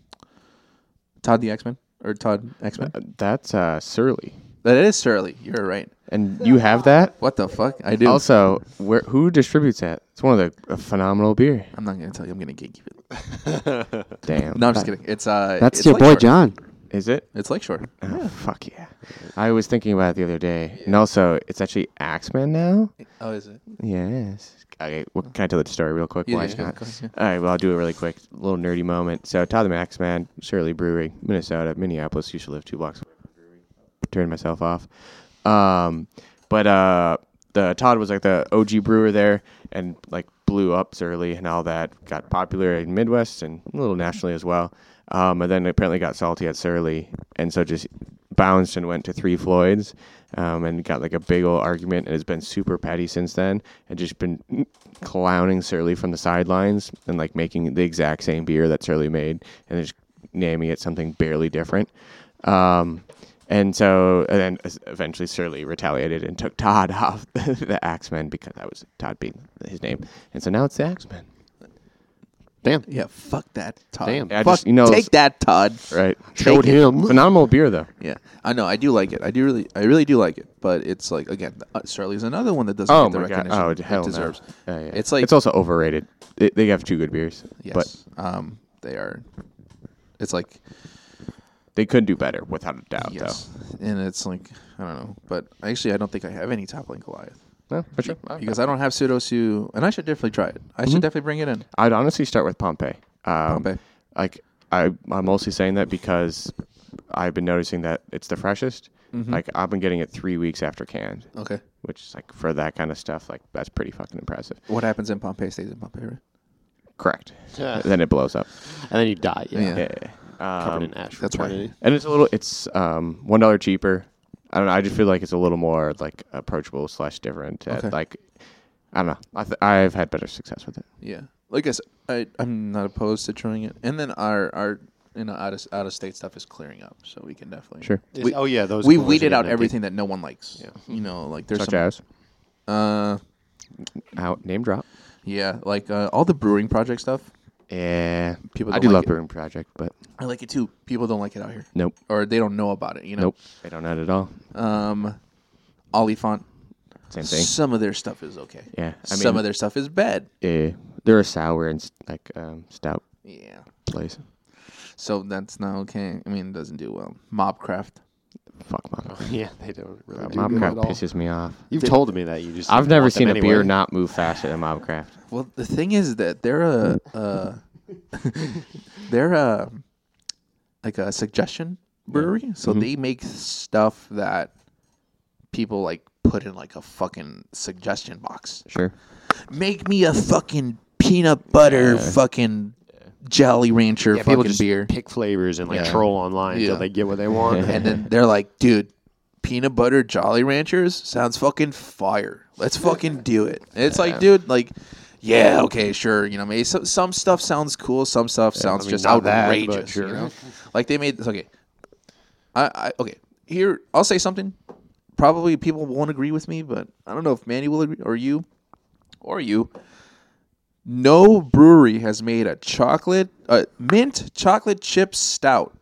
Todd the X Men, or Todd X Men.
Uh, That's uh, Surly,
That is Surly. You're right.
and you have that.
What the fuck? I do.
Also, where who distributes that? It's one of the a phenomenal beer.
I'm not going to tell you. I'm going to gatekeep it.
Damn.
No, I'm just kidding. It's uh,
That's
it's
your boy
Lakeshore.
John.
Is it?
It's Lakeshore.
Oh, fuck yeah. I was thinking about it the other day. And also, it's actually Axeman now?
Oh, is it?
Yes. Okay, well, can I tell the story real quick?
Yeah,
Why
yeah, go-
not?
go ahead,
All right, well, I'll do a really quick little nerdy moment. So, Todd the Axeman, Shirley Brewery, Minnesota, Minneapolis. Used to live two blocks away from the brewery. Turned myself off. Um, but uh, the Todd was like the OG brewer there and like blew up Surly and all that. Got popular in Midwest and a little nationally as well. Um, and then apparently got salty at Surly, and so just bounced and went to Three Floyds, um, and got like a big old argument, and has been super petty since then, and just been clowning Surly from the sidelines, and like making the exact same beer that Surly made, and just naming it something barely different. Um, and so, and then es- eventually Surly retaliated and took Todd off the, the Axemen because that was Todd being his name. And so now it's the Axemen.
Damn.
Yeah, fuck that, Todd.
Damn.
I
Fuck,
just- you know,
take that, Todd.
Right.
Showed
Take it.
him.
Phenomenal beer, though.
Yeah, I know. I do like it. I do really, I really do like it. But it's like again, uh, Surly's another one that doesn't
Oh,
get the
my God.
recognition
Oh,
it
hell no.
deserves.
Yeah, yeah.
It's like
it's also overrated. They- they have two good beers,
yes,
but
um, they are. It's like
they could do better without a doubt,
yes, and it's like I don't know. But actually, I don't think I have any toppling Goliath
though. No, for sure.
because I don't have pseudosu, and I should definitely try it. I
Mm-hmm.
should definitely bring it in.
I'd honestly start with Pompeii. Um,
Pompeii.
Like I, I'm mostly saying that because I've been noticing that it's the freshest.
Mm-hmm.
Like I've been getting it three weeks after canned.
Okay.
Which is like for that kind of stuff, like that's pretty fucking impressive.
What happens in Pompeii stays in Pompeii. Right?
Correct.
Yeah.
then it blows up.
And then you die. Yeah.
Yeah.
Yeah.
Covered
Um,
in ash.
that's why.
eternity.
and it's a little. It's um one dollar cheaper. I don't know. I just feel like it's a little more like approachable slash different. and,
Okay.
Like I don't know. I th- I've had better success with it.
Yeah, like I said, I I'm not opposed to trying it. And then our our you know out of out of state stuff is clearing up, so we can definitely
Sure.
Is-
We,
oh yeah, those
we
coolers are
weeded
getting
out
empty.
everything that no one likes. Yeah, you know, like there's
Such
some,
as
uh
out name drop.
yeah, like uh, all the brewing project stuff.
Yeah.
People
I
don't
do
like
love
it.
Brewing Project, but
I like it too. People don't like it out here,
nope.
or they don't know about it. You know,
Nope. They don't know it at all.
um, Olifant.
Same thing.
Some of their stuff is okay.
Yeah, I
some
mean-
of their stuff is bad.
Yeah. They're a sour and s- like um, stout
Yeah,
place.
so that's not okay. I mean, it doesn't do well. Mobcraft.
Fuck Mob.
Yeah, they don't really. do
Mob
good
crap
at all.
pisses me off.
You've told me that you just.
I've
want
never
them
seen a
anyway.
beer not move faster than Mobcraft.
Well, the thing is that they're a, uh, they're a, like a suggestion brewery, so
Mm-hmm.
they make stuff that people like put in like a fucking suggestion box.
Sure.
Make me a fucking peanut butter fucking Jolly Rancher
Yeah, people
fucking
just
beer.
pick flavors and like
Yeah.
troll online until
Yeah.
they get what they want.
and then they're like, dude, peanut butter Jolly Ranchers sounds fucking fire. Let's fucking do it. And it's like, dude, like, yeah, okay, sure. You know, maybe some, some stuff sounds cool, some stuff sounds
mean,
just
not that, but
outrageous.
sure.
You know? like they made okay. I, I okay here. I'll say something. Probably people won't agree with me, but I don't know if Manny will agree or you, or you. No brewery has made a chocolate, a mint chocolate chip stout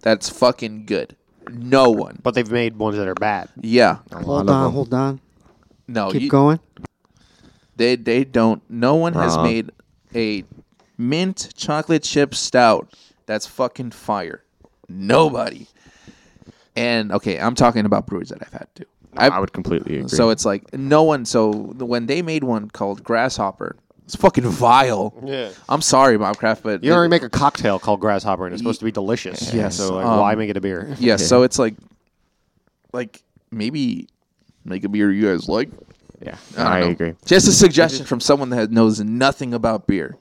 that's fucking good. No one.
but they've made ones that are bad.
Yeah.
Hold on, hold on.
No.
Keep
Oh, you-
going.
They they don't. No one has
Uh-huh.
made a mint chocolate chip stout that's fucking fire. Nobody. And okay, I'm talking about breweries that I've had too.
I,
I've,
would completely agree.
so it's like no one. So when they made one called Grasshopper, it's fucking vile.
Yeah.
I'm sorry, Bob Craft, but
You already make a cocktail called Grasshopper and it's supposed to be delicious. Yeah. So like, why make it a beer?
yeah. So it's like, like maybe make a beer you guys like.
yeah,
don't
I,
know.
agree.
Just a suggestion from someone that knows nothing about beer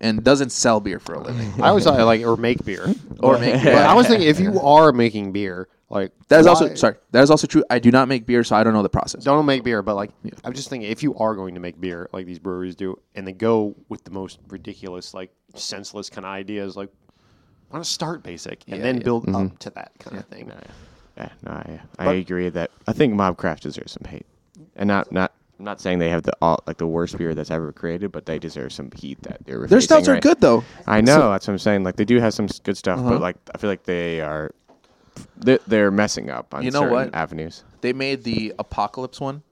and doesn't sell beer for a living.
I always thought like or make beer.
or make
But I was thinking if you are making beer, like
That is also
why-
sorry. That is also true. I do not make beer, so I don't know the process.
don't make beer, but like I'm just thinking if you are going to make beer like these breweries do, and they go with the most ridiculous, like senseless kind of ideas, like why not start basic and then build
Mm-hmm.
up to that kind of thing.
Yeah, no, I, I agree that I think Mobcraft deserves some hate, and not not. I'm not saying they have the all, like the worst beer that's ever created, but they deserve some heat that they're.
Their stouts are good though.
I know that's what I'm saying. Like they do have some s- good stuff, but like I feel like they are, they're, they're messing up on
You know
certain
what?
avenues.
They made the apocalypse one,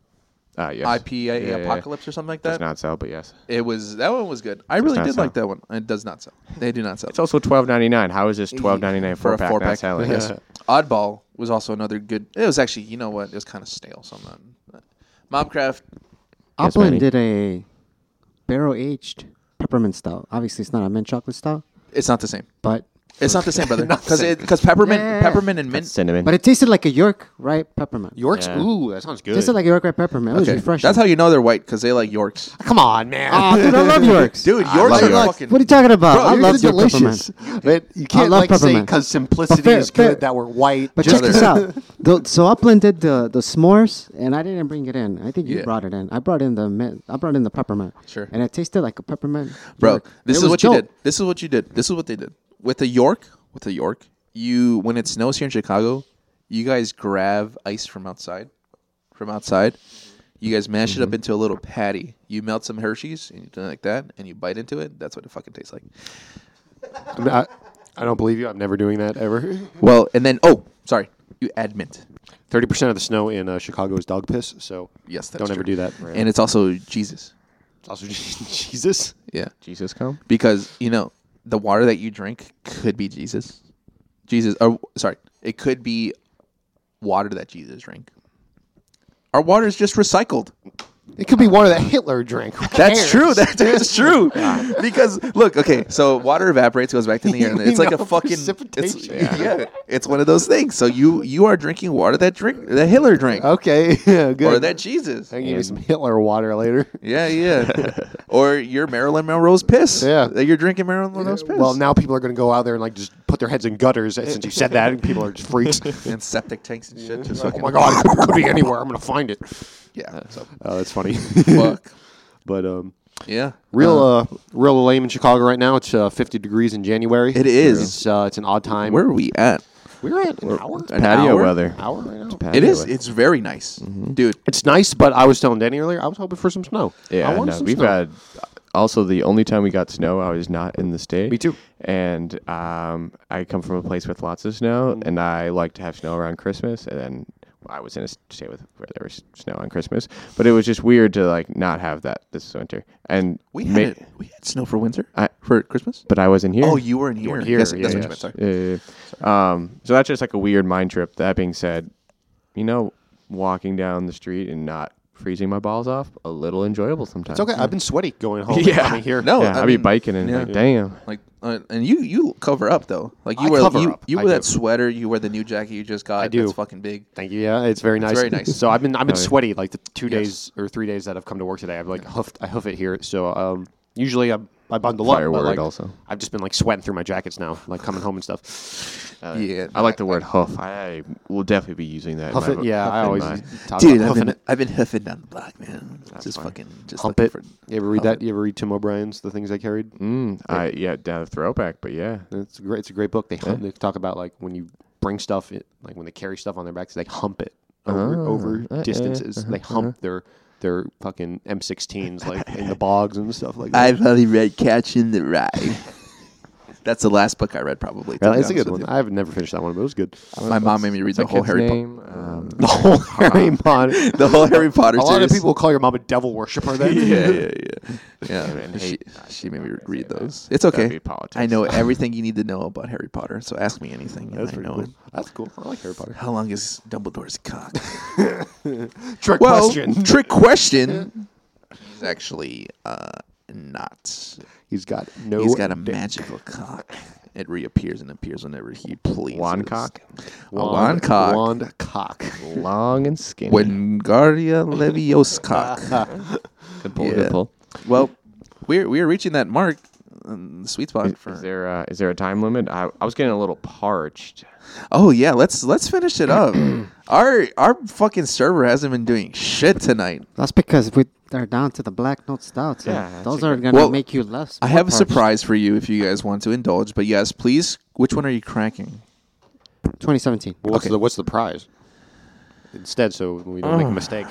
Uh, yes.
IPA
Yeah, yeah, yeah.
apocalypse or something like
does
that.
not sell, but yes.
It was that one was good. I really
not
did
sell.
like that one. It does not sell. They do not sell.
It's also twelve ninety nine. How is this twelve ninety nine
For
four
a
pack
four-pack.
not selling?
Yes. Oddball was also another good. It was actually you know what it was kind of stale. So I'm not. Mobcraft.
Yes,
Upland
Manny.
did a barrel aged peppermint stout. Obviously, it's not a mint chocolate stout,
It's not the same.
but
It's not the same, brother. Because because peppermint
Yeah.
peppermint and mint.
Cinnamon.
but it tasted like a York ripe peppermint.
York's
Yeah.
ooh, that sounds
It
good.
tasted like a York ripe peppermint. It was
Okay.
refreshing.
That's how you know they're white because they like Yorks.
Come on, man.
Ah, dude, I love Yorks.
Dude,
I
Yorks
love
are
Yorks.
fucking.
what are you talking about? I
Dude,
love
it's
York peppermint.
But you can't
love
like say
peppermint.
because simplicity
But fair-
is good
fair-
that we're white.
But
just
check this out. The, so Upland did the, the s'mores, and I didn't bring it in. I think you
Yeah.
brought it in. I brought in the mint. I brought in the peppermint.
Sure.
And it tasted like a peppermint.
bro.
York.
This
It
is
was
what
dope.
you did. This is what you did. This is what they did with a York. With a York, you when it snows here in Chicago, you guys grab ice from outside, from outside. You guys mash it
Mm-hmm.
up into a little patty. You melt some Hershey's and you do it like that, and you bite into it. That's what it fucking tastes like.
Mm-hmm.
I, mean, I, I don't believe you. I'm never doing that ever.
Well, and then oh, sorry, you add mint,
Thirty percent of the snow in uh, Chicago is dog piss. So
Yes, that's
don't ever
true.
do that.
and it's also Jesus.
it's also Jesus.
Yeah,
Jesus come.
because you know the water that you drink could be Jesus. Jesus, or sorry, it could be water that Jesus drank. Our water is just recycled.
It could be water that Hitler drank. Who
That's
cares?
true. That is true. Because look, okay, so water evaporates, goes back to the air, and
We
it's like a
know
fucking. It's,
precipitation.
yeah. it's one of those things. So you you are drinking water that drink that Hitler drank,
Okay, yeah, good.
or that Jesus.
I can give you some Hitler water later.
Yeah, yeah. or your Marilyn Monroe's piss.
Yeah.
That you're drinking Marilyn Monroe's piss.
Well, now people are going to go out there and like just put their heads in gutters since you said that, and people are just freaks.
and septic tanks and shit. Just
oh
fucking,
my god, it could be anywhere. I'm going to find it.
yeah. So
Oh, that's funny.
fuck.
but um,
Yeah.
real uh, real lame in Chicago right now. It's uh, 50 degrees in January.
It is.
It's, uh, it's an odd time.
Where are we at?
We're at an hour.
an
Patio
hour?
weather.
hour right now.
It is. It's very nice,
Mm-hmm.
dude.
It's nice, but I was telling Danny earlier, I was hoping for some snow.
Yeah,
I wanted
no,
some
we've
snow.
had. Also, the only time we got snow, I was not in the state.
Me too.
And um, I come from a place with lots of snow,
Mm.
and I like to have snow around Christmas. And then I was in a state with where there was snow on Christmas, but it was just weird to like not have that this winter. And
We
ma-
had it. we had snow for winter
I-
for Christmas.
but I wasn't here.
Oh, you were in here.
weren't here,
Yes,
yeah,
that's
yeah.
what you meant. Sorry.
Yeah, yeah, yeah. Eh, Um, so that's just like a weird mind trip. That being said, you know, walking down the street and not freezing my balls off, a little enjoyable sometimes.
It's okay. I've been sweaty going home.
Yeah.
Yeah. Coming here.
No,
yeah,
I
I'll be
mean,
biking and
yeah.
like, damn.
Like, uh, and you you cover up though. Like you
I
wear
cover
you,
up.
you
I
wear that
do.
sweater. You wear the new jacket you just got.
I do.
That's fucking big.
Thank you. Yeah, it's very nice.
very nice.
So I've been I've been
Oh, yeah.
sweaty like the two
Yes.
days or three days that I've come to work today. I've like huffed I hoof it here. So um, usually I'm I bundle up.
Fireword
But like,
also.
I've just been like sweating through my jackets now, like coming home and stuff.
yeah,
I like the word huff. I will definitely be using that. in
Huff
my
it,
vo-
yeah, I
in
always
my-
talk
dude.
about
I've
huffing
been,
it.
I've been huffing down the block, man. just fucking, just
Hump
looking
it.
for.
You ever read that? You ever read Tim O'Brien's The Things I Carried?
Mm, I yeah, down throwback, but yeah,
It's a great. It's a great book. They, hump, they talk about like when you bring stuff, it, like when they carry stuff on their backs, they hump it over, over distances. they hump their their fucking M16s like in the bogs and stuff like that.
I've only read Catching the Rye. That's the last book I read, probably. to
Yeah,
be
it's a
honest
good one.
with
I've never finished that one, but it was good.
you. My mom made me read the whole Harry Potter.
name. Um,
The whole Harry Potter.
The whole Harry Potter.
a lot of
series.
people call your mom a devil worshiper. Then
yeah, yeah, yeah. yeah.
and
She,
hate-
she made me read those. It's okay.
be politics.
I know everything you need to know about Harry Potter, so ask me anything. and I know it.
That's cool. I like Harry Potter.
How long is Dumbledore's cock?
Trick
well,
question.
trick question. He's actually uh, not.
He's got no.
He's got a magical cock. It reappears and appears whenever he pleases.
Wand cock?
A wand cock.
Wand cock.
long and skinny.
Wingardia Leviosa cock.
good pull,
yeah.
good pull.
well, we're we're reaching that mark, um, the sweet spot for.
Is there uh, is there a time limit? I, I was getting a little parched.
Oh yeah, let's let's finish it up. our our fucking server hasn't been doing shit tonight.
That's because we are down to the black note stouts. and
Yeah, that's
those
a
are
good-
gonna
Well,
make you less.
I have a
more parched.
surprise for you if you guys want to indulge. But yes, please. Which one are you cracking?
2017.
What's
Okay.
the What's the prize? Instead, so we don't make a mistake.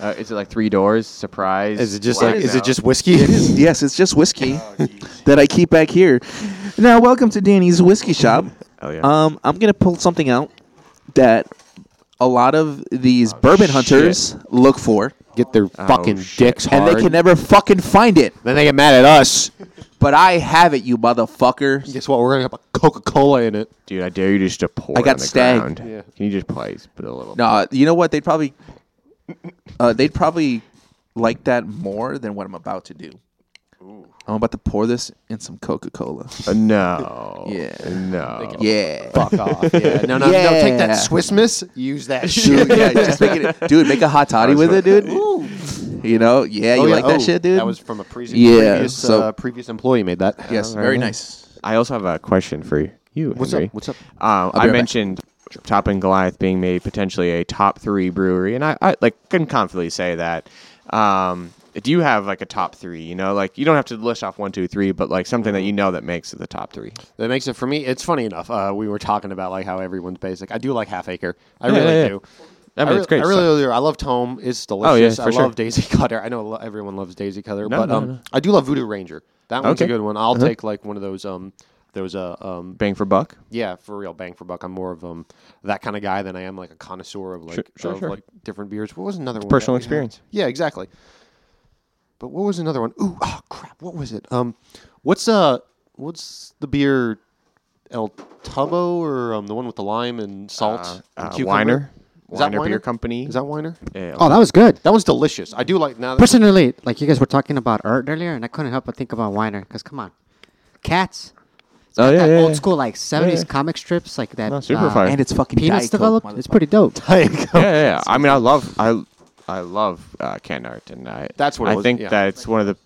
Uh, is it like three doors? Surprise?
Is it just
Black
like? Is it
out?
just whiskey?
Yes, it's just whiskey
Oh,
that I keep back here. Now, welcome to Danny's Whiskey Shop.
Oh, yeah.
Um, I'm gonna pull something out that a lot of these bourbon
Oh, shit.
hunters look for,
Get their fucking
shit.
dicks hard.
and they can never fucking find it.
then they get mad at us.
But I have it, you motherfucker.
Guess what? We're gonna have a Coca Cola in it.
dude? I dare you just to pour.
I got
on the
stagged.
Ground.
Yeah.
Can you just please put a little?
No, you know what? They'd probably, uh, they'd probably like that more than what I'm about to do. I'm about to pour this in some Coca Cola.
Uh, no.
Yeah.
No.
Yeah.
Oh. Fuck off. Yeah. No, no, no. Take that
Yeah.
Swiss miss. Use that shit.
Dude, yeah, just make it, dude. Make a hot toddy with it, dude. You know, yeah, you
Oh, yeah.
like that
Oh,
shit, dude.
That was from a pre-
Yeah,
previous
so-
uh, previous employee made that. Uh-huh.
yes, very nice.
I also have a question for you.
What's
Henry.
up? What's up?
Um,
right
I
back.
mentioned Top and Goliath being made potentially a top three brewery, and I, I like can confidently say that. Um, do you have like a top three? You know, like you don't have to list off one, two, three, but like something that you know that makes it the top three.
That makes it for me. It's funny enough. Uh, we were talking about like how everyone's basic. I do like half acre. I
Yeah,
really
yeah, yeah.
do.
I mean,
re-
it's great
I really,
stuff.
do. I love Tome. It's delicious. I
for sure.
love Daisy Cutter. I know lo- everyone loves Daisy Cutter,
No,
but
no,
um,
no.
I do love Voodoo Ranger. That one's a
Okay. Uh-huh.
good one. I'll take like one of those um, those uh um,
Bang for buck.
yeah, for real, bang for buck. I'm more of um that kind of guy than I am like a connoisseur of like
sure,
of
sure.
like different beers. What was another one?
personal
that we had?
experience.
Yeah, exactly. But what was another one? Ooh, oh crap, what was it? Um, what's uh, what's the beer? El Tubbo or um the one with the lime and salt? and
Uh,
cucumber?
Weiner.
Is that
Weiner
Weiner?
Beer Company.
Is that Weiner?
Yeah,
Oh, that was good.
That one's delicious. I do like now. That,
Personally, like you guys were talking about art earlier, and I couldn't help but think about Weiner. Cause come on, cats. It's
Oh,
got
yeah,
that
yeah,
old
yeah.
school like 70s
yeah.
comic strips like that.
No, super fire.
And it's fucking
Peanuts
Diet Coke,
developed. It's pretty dope.
Oh.
yeah, yeah, yeah. I mean, I love I I love uh, can art, and I
That's what it
I
was,
think
yeah.
that it's one of the.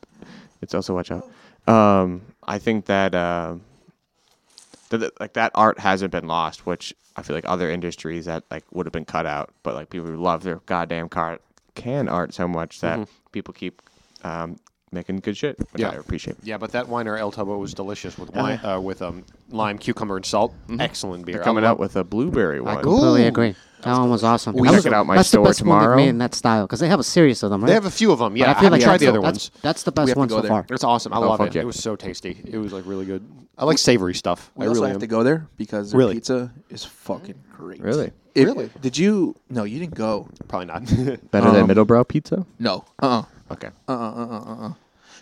It's also watch out. Um, I think that um, that that- like that art hasn't been lost, which I feel like other industries that like would have been cut out, but like people who love their goddamn car can art so much that people keep um, making good shit, which
Mm-hmm. Yeah.
I appreciate.
yeah, but that Weiner El Tubbo was delicious
Uh-huh.
with wine, uh, with um lime, cucumber, and salt. Excellent beer.
Mm-hmm. They're
I
coming
love-
out with a blueberry one.
Completely agree. That one was awesome.
We
That was-
check it out my
that's
store
the best One
tomorrow.
they've made in that style, because they have a series of them, right?
They have a few of them.
But
Yeah,
I feel like
tried
that's
the other
that's,
ones.
That's the best one so far.
It's awesome. I love
fuck
it.
yeah.
It was so tasty. It was like really good. I like savory stuff.
We
I
also
really
have
am.
to go there because their
Really?
pizza is fucking
Mm-hmm.
great.
Really?
If-
Really?
Did you? No, you didn't go.
Probably not.
Better than Middlebrow Pizza.
No. Uh. uh
Okay.
uh-uh.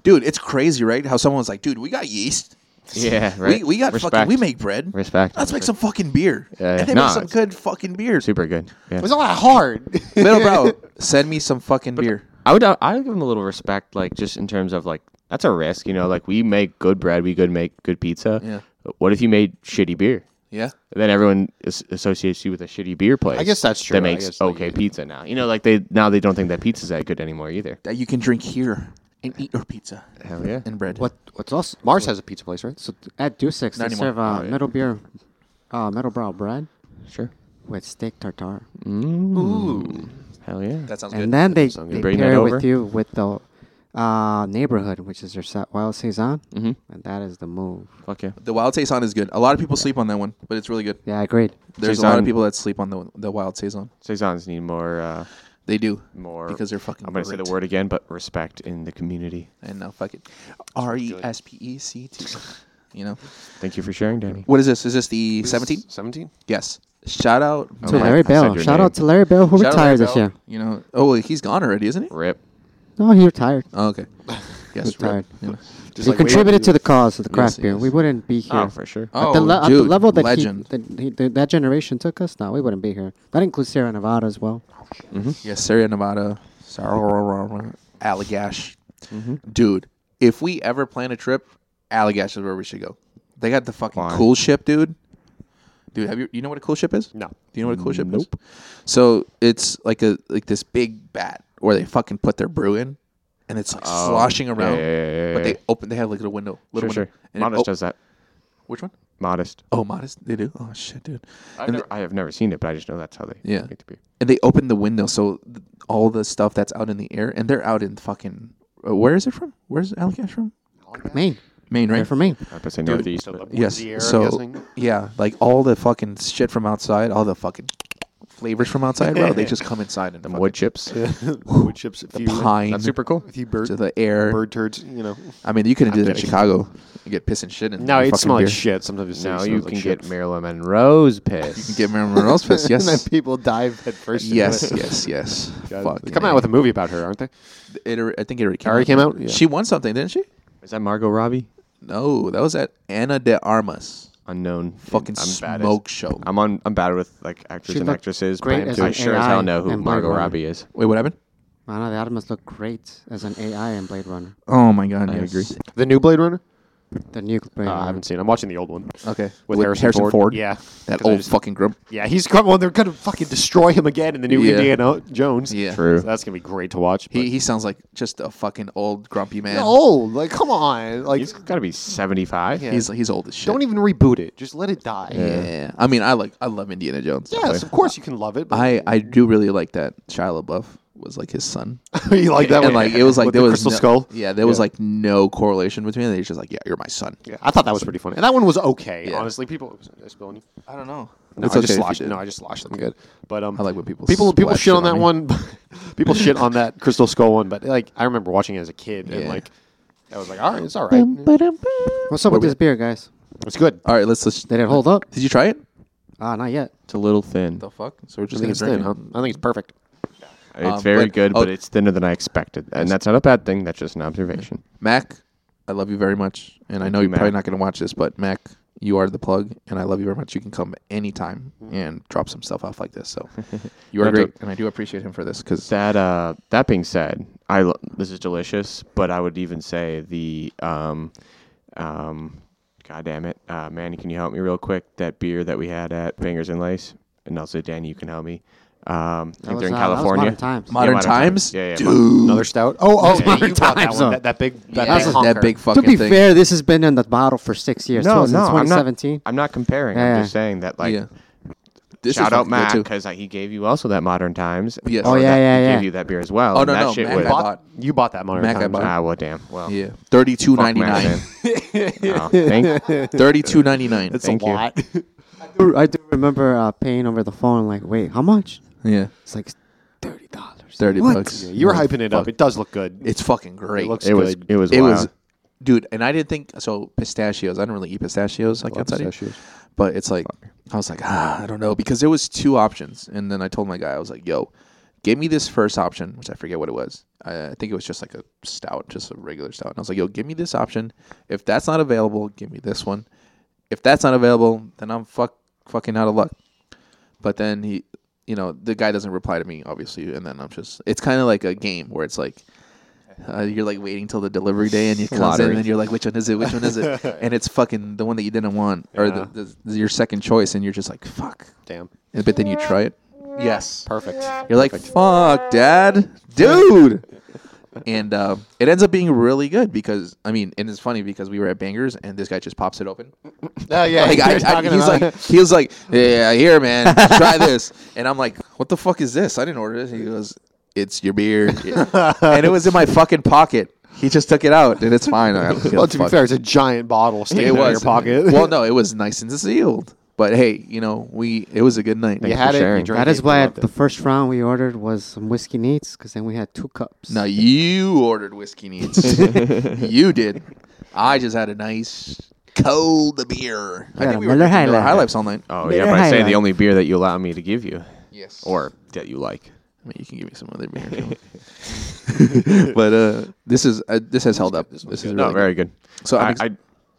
Dude, it's crazy, right? How someone's like, dude, we got yeast.
yeah. Right.
We, we got
Respect.
fucking. We make bread.
Respect.
Let's make some fucking beer.
Yeah, yeah.
And they
Nah,
make some
it's-
good fucking beer.
super good. Yeah.
it was a lot hard.
Middle bro, send me some fucking beer.
I would I would give them a little respect, like just in terms of like that's a risk, you know. Like we make good bread, we could make good pizza.
Yeah.
But What if you made shitty beer?
Yeah.
Then everyone as- associates you with a shitty beer place.
I guess that's true. I
That makes
guess, like,
okay pizza now. You know, like they now they don't think that pizza's that good anymore either.
That you can drink here
and eat.
Or pizza
Hell yeah.
and bread.
What what's also
Mars has a pizza place, right?
so at Dusex
Not
they
anymore.
serve uh,
Oh,
metal beer, uh, metal brown bread
Sure.
with steak tartare,
Ooh. Hell yeah.
That sounds
and
good.
then they,
sounds
they
good.
Bring
pair
that
it
over.
with you with the uh, neighborhood, which is their sa- wild saison,
Mhm.
and that is the move.
Fuck yeah.
The wild saison is good. A lot of people sleep on that one, but it's really good.
Yeah, great.
There's a lot
Saison-
of people that sleep on the the wild saison.
Saisons need more. Uh,
They do
more.
because they're fucking.
I'm gonna say the
great.
word again, but respect in the community.
And no, fuck it. R e s p e c t. You know.
Thank you for sharing, Danny.
What is this? Is this the 17?
17?
Yes. Shout out.
To
I-
Larry
I said
Bell.
your
Shout
name.
out to Larry Bell who
Shout out
retired this
Bell.
year.
You know. Oh, well, he's gone already, isn't he?
Rip.
No, he retired.
Oh, okay. Yes.
Retired.
rip. You know.
Just
he
like
contributed
wait-
to the cause of the craft
he
beer.
is.
We wouldn't be here.
Oh, for sure.
at the,
Oh,
le- at the
dude,
level that, he,
legend.
that, he, that that generation took us, no, we wouldn't be here. That includes Sierra Nevada as well.
Yes, Sierra Nevada, Sar- Allagash.
Mm-hmm.
Dude, if we ever plan a trip, Allagash is where we should go. They got the fucking
Why?
cool ship, dude. Dude, have you you know what a cool ship is?
No.
Do you know what a cool ship is? Nope. So it's like a like this big bat where they fucking put their brew in, and it's like sloshing around.
Oh. yeah, yeah, yeah,
But
yeah.
they open. They have like a little window.
Sure,
Little
sure.
window. And it-
Modest
oh,
does that.
Which one?
Modest.
Oh, modest. They do. Oh shit, dude.
I've never, I have never seen it, but I just know that's how they
Yeah.
make the beer.
and they open the window so th- all the stuff that's out in the air and they're out in fucking uh, where is it from where's Allagash from
Maine.
maine
They're
right
from Maine.
I would say northeast.
So
but-
the
yes
Windsor, I'm
so
guessing.
yeah like all the fucking shit from outside all the fucking flavors from outside bro they just come inside and
Them
fucking
wood chips.
wood chips, a few,
pine
That's super cool.
a few bird,
to the air
bird turds, you know.
i mean you couldn't do that in
kidding.
chicago you get piss and shit and
No, it
fucking
smells
beer.
like shit. Sometimes it's
Now you can get Marilyn Monroe's piss.
get Marilyn Monroe's piss yes
people dive headfirst.
yes yes yes fuck
They come out with a movie about her, aren't they?
it, alre- i think it already came
Already
out.
came out? Yeah.
she won something didn't she
Is that Margot Robbie?
no that was at anna de armas
Unknown.
fucking
I'm bad
smoke show.
At, I'm on. I'm bad with like actors
She
and
looked
actresses,
great
but
as
I
an
sure as
AI
hell know who
and Blade
Margot
Runner.
Robbie is.
Wait, what happened?
Wow, the Adamas look great as an AI in Blade Runner.
Oh my god,
I
yes.
agree.
The new Blade Runner?
The new Blade
Uh, I
Runner.
haven't seen. it. I'm watching the old one
Okay,
with, Harrison, Ford. Yeah,
that
'Cause I
old
just-
fucking grump.
Yeah, he's come. Well, they're gonna fucking destroy him again in the new
Yeah.
Indiana Jones.
Yeah,
So
True.
that's gonna be great to watch. but-
he he sounds like just a fucking old grumpy man.
He's old, like come on, like
He's got to be 75.
He's he's old as shit.
don't even reboot it. Just let it die.
yeah. I mean, I like I love Indiana Jones.
Yes, of course you can love it. But
I I do really like that Shia LaBeouf was like his son.
you like that one?
and like it was like
With
there
the
was
crystal
no-
skull.
Yeah, there was like no correlation between them. He's just like, yeah, you're my son.
Yeah, I thought that was pretty funny, and that one was okay.
Yeah.
Honestly, people. oops, did I spill any?
I don't know.
No,
it's
I
okay
just
if you
sloshed.
did.
No, I just sloshed them good. But um,
I like when people
people people
splat
shit on
shit
that
on
one. people shit on that crystal skull one, but like I remember watching it as a kid and
Yeah.
like I was like, all right, it's all right,
What's up with this beer, guys?
it's good.
All right, let's let's.
Did it hold up?
Did you try it?
Ah, not yet.
It's a little thin.
The fuck. So we're
I
just
think
gonna
it's thin,
drink it.
huh? I think it's perfect.
It's
Um,
very
but-
good,
oh.
but it's thinner than I expected, and that's not a bad thing. That's just an observation.
Mac, I love you very much, and I know
you,
you're probably
Mac.
not going to watch this, but Mac, you are the plug, and I love you very much. You can come anytime and drop some stuff off like this. So you are
Not
great, and I do appreciate him for this because
That uh, that being said, I lo- this is delicious, but I would even say the um, um, god damn it, uh, Manny, can you help me real quick? That beer that we had at Fingers and Lace, and also Danny, you can help me. Um, I
That
think
was,
they're in
uh, that was
California.
Modern Times.
Yeah,
Modern Times?
Yeah, yeah.
Another stout. Oh, oh, yeah, you bought that
Times,
one.
huh?
That, that big, that
Yeah.
big
That's a- that
honker.
big fucking
To be
thing.
fair, this has been in the bottle for six years.
No,
since
no, I'm not.
2017.
I'm not comparing. I'm
Yeah.
just saying that like.
yeah, this
Shout
is
out
fucking good,
Mac
too.
because he gave you also that Modern Times.
Yes.
Oh,
Or
That-
yeah, yeah,
he
yeah.
gave you that beer as well.
Oh,
and
no,
that
no,
shit
Mac
would-
I bought.
You bought that modern
Mac, I
Times.
bought.
Ah, well, damn. Well,
Yeah, thirty two
fuck Mac,
ninety nine.
man. Oh, thank-
Thirty two ninety nine.
That's
Thank
a
you.
lot.
I do remember uh, paying over the phone, like, wait, how much?
Yeah,
It's like thirty dollars.
thirty bucks.
Yeah, you were hyping it up. It does look good.
It's fucking great.
It looks
It was.
good.
It was.
It
wild.
was, dude. And I didn't think so. Pistachios. I don't really eat pistachios like outside. Pistachios. But it's like I was like, ah, I don't know, because there was two options, and then I told my guy, I was like, yo, give me this first option, which I forget what it was. I, I think it was just like a stout, just a regular stout. And I was like, yo, give me this option. If that's not available, give me this one. If that's not available, then I'm fuck fucking out of luck. But then he, you know, the guy doesn't reply to me, obviously, and then I'm just, it's kind of like a game where it's like. Uh, you're like waiting till the delivery day, and it comes in,
Lottery.
and then you're like, "Which one is it? Which one is it?" and it's fucking the one that you didn't want, or
Yeah.
the, the, your second choice, and you're just like, "Fuck!"
Damn.
And- But then you try it. Yes.
Perfect.
You're like, "Fuck, Dad, dude." and uh, it ends up being really good because I mean, and it's funny because we were at Bangers and this guy just pops it open.
Oh yeah,
Like I,
you're
I,
talking
he's
about-
like, he was like, yeah, here, man, try this, and I'm like, what the fuck is this? I didn't order this. He goes, it's your beer, and it was in my fucking pocket. He just took it out, and it's fine. I don't give a
well, to be
fuck.
fair, it's a giant bottle sticking
it
out of
was
your pocket.
well, no, it was nice and sealed. But hey, you know, we it was a good night.
you
for
had it. You
sharing.
drank
That
it,
is
you
why
loved
the
it.
first round we ordered was some whiskey neats because then we had two cups.
Now you ordered whiskey needs. you did. I just had a nice cold beer. I
Yeah,
think we were
Miller
drinking
High
Miller
Life.
High Lifes all night.
Oh
Better
yeah, but I say
highlight.
the only beer that you allow me to give you,
Yes.
or that you like.
I mean, you can give me some other beer. if you want. but uh, this is uh, this has held up. This, is
No,
really
very good.
So I'm
I,
ex-
I,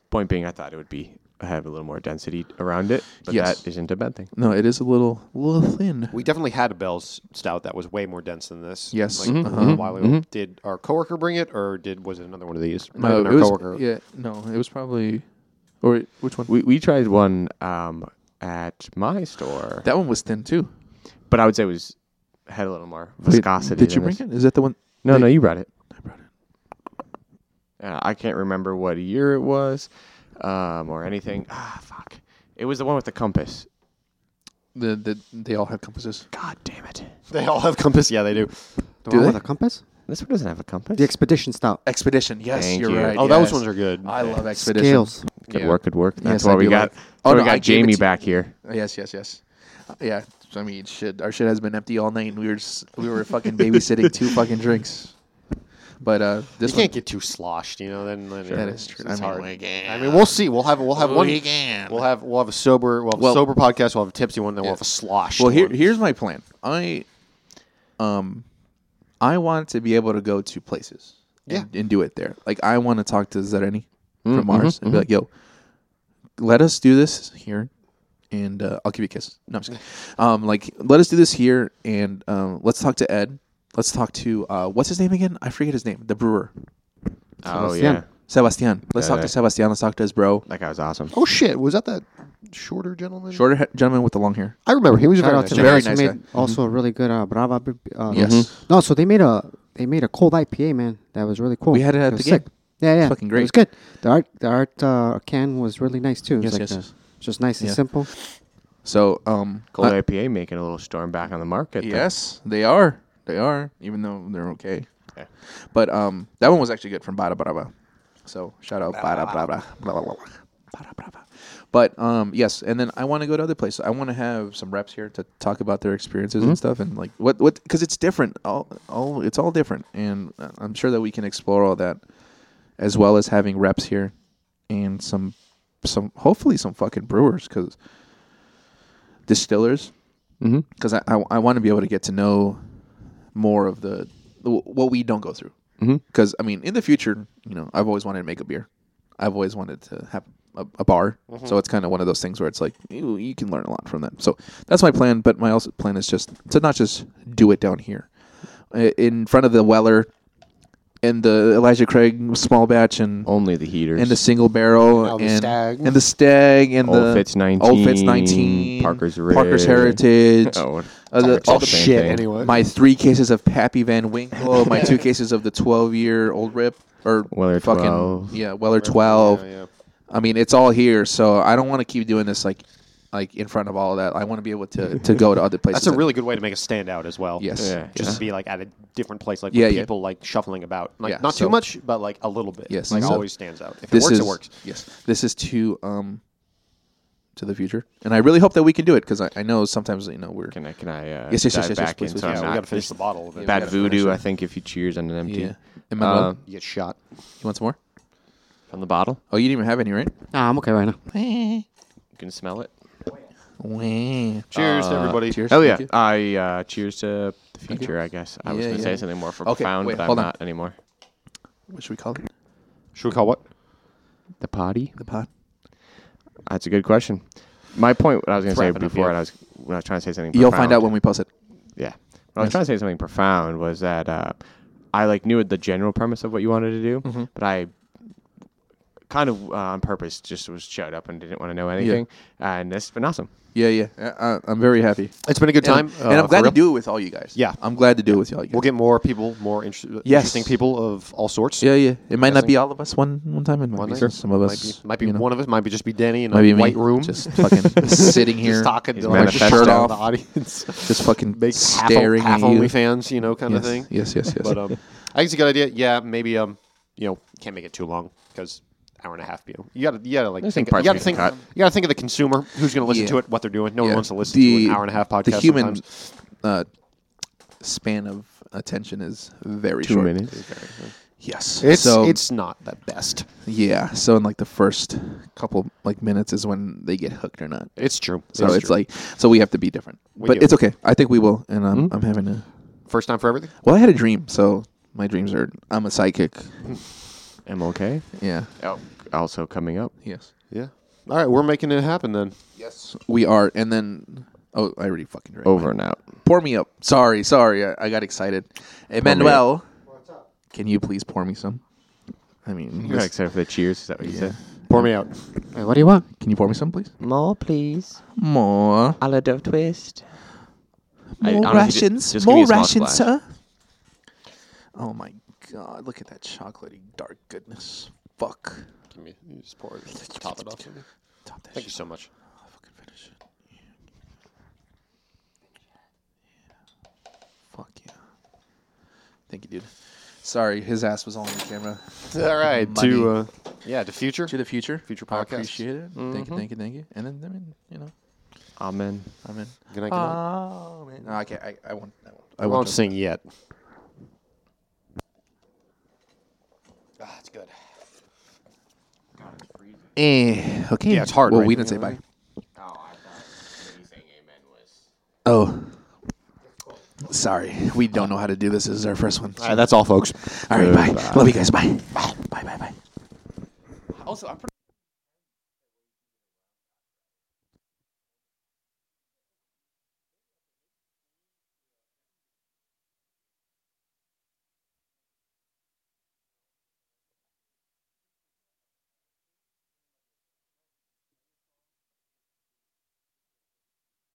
point being, I thought it would be have a little more density around it, but
Yes.
that isn't a bad thing.
no, it is a little little thin.
We definitely had a Bell's stout that was way more dense than this.
Yes.
like,
Mhm,
uh, a while ago. Did our coworker bring it, or did was it another one of these? Might
No,
have
it
been our
was-
coworker.
yeah, no, it was probably or which one?
We we tried one um, at my store,
That one was thin too.
but I would say it was had a little more
Did-
viscosity.
Did, you
than
bring
this.
it? Is that the one?
No, no, you brought it.
I brought it.
Uh, I can't remember what year it was, um, or anything. Ah, fuck! It was the one with the compass.
The, the they all have compasses.
God damn it!
They all have compass. Yeah, they do.
the
do
one
they?
with a compass?
This one doesn't have a compass.
The expedition stout.
Expedition. Yes,
Thank
you're
you.
right.
Oh, those
yes.
ones are good.
I love expedition.
Scales.
Good
Yeah.
work, good work. That's
Yes, I
why we
do
got.
like- Oh,
Oh,
no,
we
I
got
gave it
Jamie
to-
back here.
Yes, yes, yes. Uh, Yeah, I mean, shit. Our shit has been empty all night. And we were just, we were fucking babysitting two fucking drinks. But uh, this
you
one,
can't get too sloshed, you know. Then, then
that
yeah,
is true.
It's
I mean,
hard.
we can.
I mean, we'll see. We'll have we'll have one.
We can.
We'll have we'll have a sober we'll have
Well-
a sober podcast. We'll have a tipsy one. Then we'll have a slosh.
well, here,
one.
here's my plan. I, um, I want to be able to go to places.
Yeah.
And, and do it there. Like I want to talk to Zareni from Mars and be like, "Yo, let us do this here, and uh, I'll give you a kiss." No, I'm just kidding. Um, like let us do this here, and um, let's talk to Ed. Let's talk to uh, what's his name again? I forget his name. The brewer,
Oh
Sebastian.
yeah,
Sebastian. Let's talk to
Alright.
Sebastian. Let's talk to his bro,
that guy was awesome.
oh shit, was that that shorter gentleman?
shorter he- gentleman with the long hair.
I remember he was a
Shout
very
out
nice.
to
gentleman.
them.
Very
They
nice guy.
also made also a really good uh, Brava. b- Uh,
Yes. Mhm.
No, so they made a they made a cold IPA, man. That was really cool.
We had it at the
was
game.
sick. Yeah, yeah.
fucking
It
great.
was good. The art the art uh, can was really nice too. It was
Yes,
like
yes,
a-
yes.
Just nice and
Yeah.
simple.
So, um,
Cold
I-
IPA making a little storm back on the market. there.
Yes, they are. They are, even though they're okay.
Okay.
But um, that one was actually good from Bada Brava. So shout out Bada Brava. Blah, blah, blah, blah. Bada Brava. But um, yes, and then I want to go to other places. I want to have some reps here to talk about their experiences and stuff, and like what what because it's different. All all it's all different, and uh, I'm sure that we can explore all that, as well as having reps here, and some some hopefully some fucking brewers because distillers because I, I, I want to be able to get to know more of the what we don't go through. Because I mean, in the future, you know, I've always wanted to make a beer. I've always wanted to have a, a bar. So it's kind of one of those things where it's like you, you can learn a lot from them. So that's my plan. But my also plan is just to not just do it down here, I- in front of the Weller, and the Elijah Craig small batch and.
Only the heaters.
And the single barrel,
Oh,
and
the Stag.
and the stag, and
Old
the
Fitz 19,
Old Fitz nineteen,
Parker's
Parker's
Ridge.
Heritage,
Oh,
uh, the-
it's all
all
the
the
same
shit
thing.
anyway.
my three cases of Pappy Van Winkle, my two cases of the twelve-year-old rip, or
Weller
fucking
12.
yeah, Weller twelve.
Yeah, yeah.
I mean, it's all here, so I don't want to keep doing this like, like in front of all of that. I want to be able to to go to other places.
That's a
that-
really good way to make a standout as well.
yes,
Yeah.
Just be like at a different place, like
Yeah,
with
yeah.
people like shuffling about, like
Yeah,
not
so-
too much, but like a little bit.
Yes,
like
so-
always stands out. If it
this
works,
is
it works.
yes. This is to um to the future, and I really hope that we can do it because I, I know sometimes you know we're
Can I? Can I? Uh,
Yes, yes, yes,
dive
yes, yes,
back
please,
in?
please,
so
Yeah,
I'm
we
not-
gotta finish the bottle. of it.
Bad
gotta finish
voodoo.
it.
I think if you cheers on an empty
yeah. Uh-huh. Emmanuel,
Uh,
You get shot.
you want some more?
from the bottle,
Oh, you didn't even have any, right?
Ah, I'm okay right now.
you can smell it.
Wah.
Cheers, to everybody.
Cheers.
Hell yeah!
Thank
Ah,
you.
I uh, cheers to the future. I guess I was
Yeah, yeah.
gonna say something more for
Okay,
profound,
wait,
but I'm
hold on.
not anymore.
What should we call it?
Should we call what?
The potty.
The pod.
That's a good question. My point, what I was gonna say
wrapping up,
before,
yeah.
and I was when I was trying to say something.
You'll find
profound.
out when we post it.
Yeah. What I was trying to say something profound was Mm-hmm. that uh, I like knew the general premise of what you wanted to do, but I kind of uh, on purpose just was shut up and didn't want to know anything. And that's been awesome.
Yeah, yeah. I, I- I'm very happy.
It's been a good time.
and
uh,
I'm
for
glad to
real.
do it with all you guys.
Yeah.
I'm glad to do it with all you guys.
We'll get more people, more inter- interesting people of all sorts.
yeah, yeah. It might not be all of us one one time. It might
One
be
night.
some of
might
us.
be, might be
you know,
one of us. Might be just be Denny in
might be
a
me,
white room,
just fucking sitting
Just
here,
talking
His
to like,
manifesto.
shirt
Shirt
off the
off.
audience,
just fucking
make
staring
half, half
at you.
OnlyFans, you know, kind
yes.
of thing.
yes, yes, yes.
But um, I think it's a good idea. Yeah, maybe um, you know, can't make it too long because hour and a half. You know, you gotta you gotta like
There's some
think, you
parts
gotta
we can
think
cut.
you gotta think of the consumer who's gonna listen
Yeah.
to it, what they're doing. No
Yeah.
one wants to listen to an hour and a half podcast.
The human
sometimes.
uh, span of attention is very short. Yes.
It's
so
it's not the best.
yeah. So in like the first couple like minutes is when they get hooked or not.
It's true.
So it's, like so we have to be different. but
do. Hmm?
it's okay. I think we will, and I'm, I'm having a.
first time for everything.
Well, I had a dream, so my dreams are. I'm a psychic.
MLK.
Yeah.
Oh, also coming up.
Yes.
Yeah. All right, we're making it happen then.
Yes. We are, and then. Oh, I already fucking drank.
Over and out.
Pour me up. Sorry, sorry. I, I got excited. Emmanuel, can you please pour me some? I mean,
You got excited for the cheers. Is that what you said?
Pour me out.
Wait, what do you want?
can you pour me some, please?
More, please.
More.
A la Dove Twist.
I
More
honestly ju-
rations.
just give me
More
a small
rations, sir.
splash.
Oh my god! Look at that chocolatey dark goodness. Fuck.
Give me, you just pour it. Top it off.
Top that
Thank
shit.
you so much.
I'll fucking finish it. Fuck yeah. Thank you, dude. Sorry, his ass was all on the camera.
All right, to uh,
Money.
yeah, to future.
To the future,
Future
I
podcast.
appreciate it. Thank
Mm-hmm.
you, thank you, thank you. And then I mean, you know,
Amen.
I'm in.
Good night, good night.
Oh man, no, I can't. I, I won't. I won't.
Uh, I won't sing yet. Ah, it's good.
Eh, okay.
Yeah, it's hard,
Well,
right?
we didn't say bye. Oh. Sorry, we don't know how to do this. This is our first one.
All right, that's all, folks.
All right, bye. Love you guys. Bye. Bye. Bye. Bye.
Also, I'm pretty.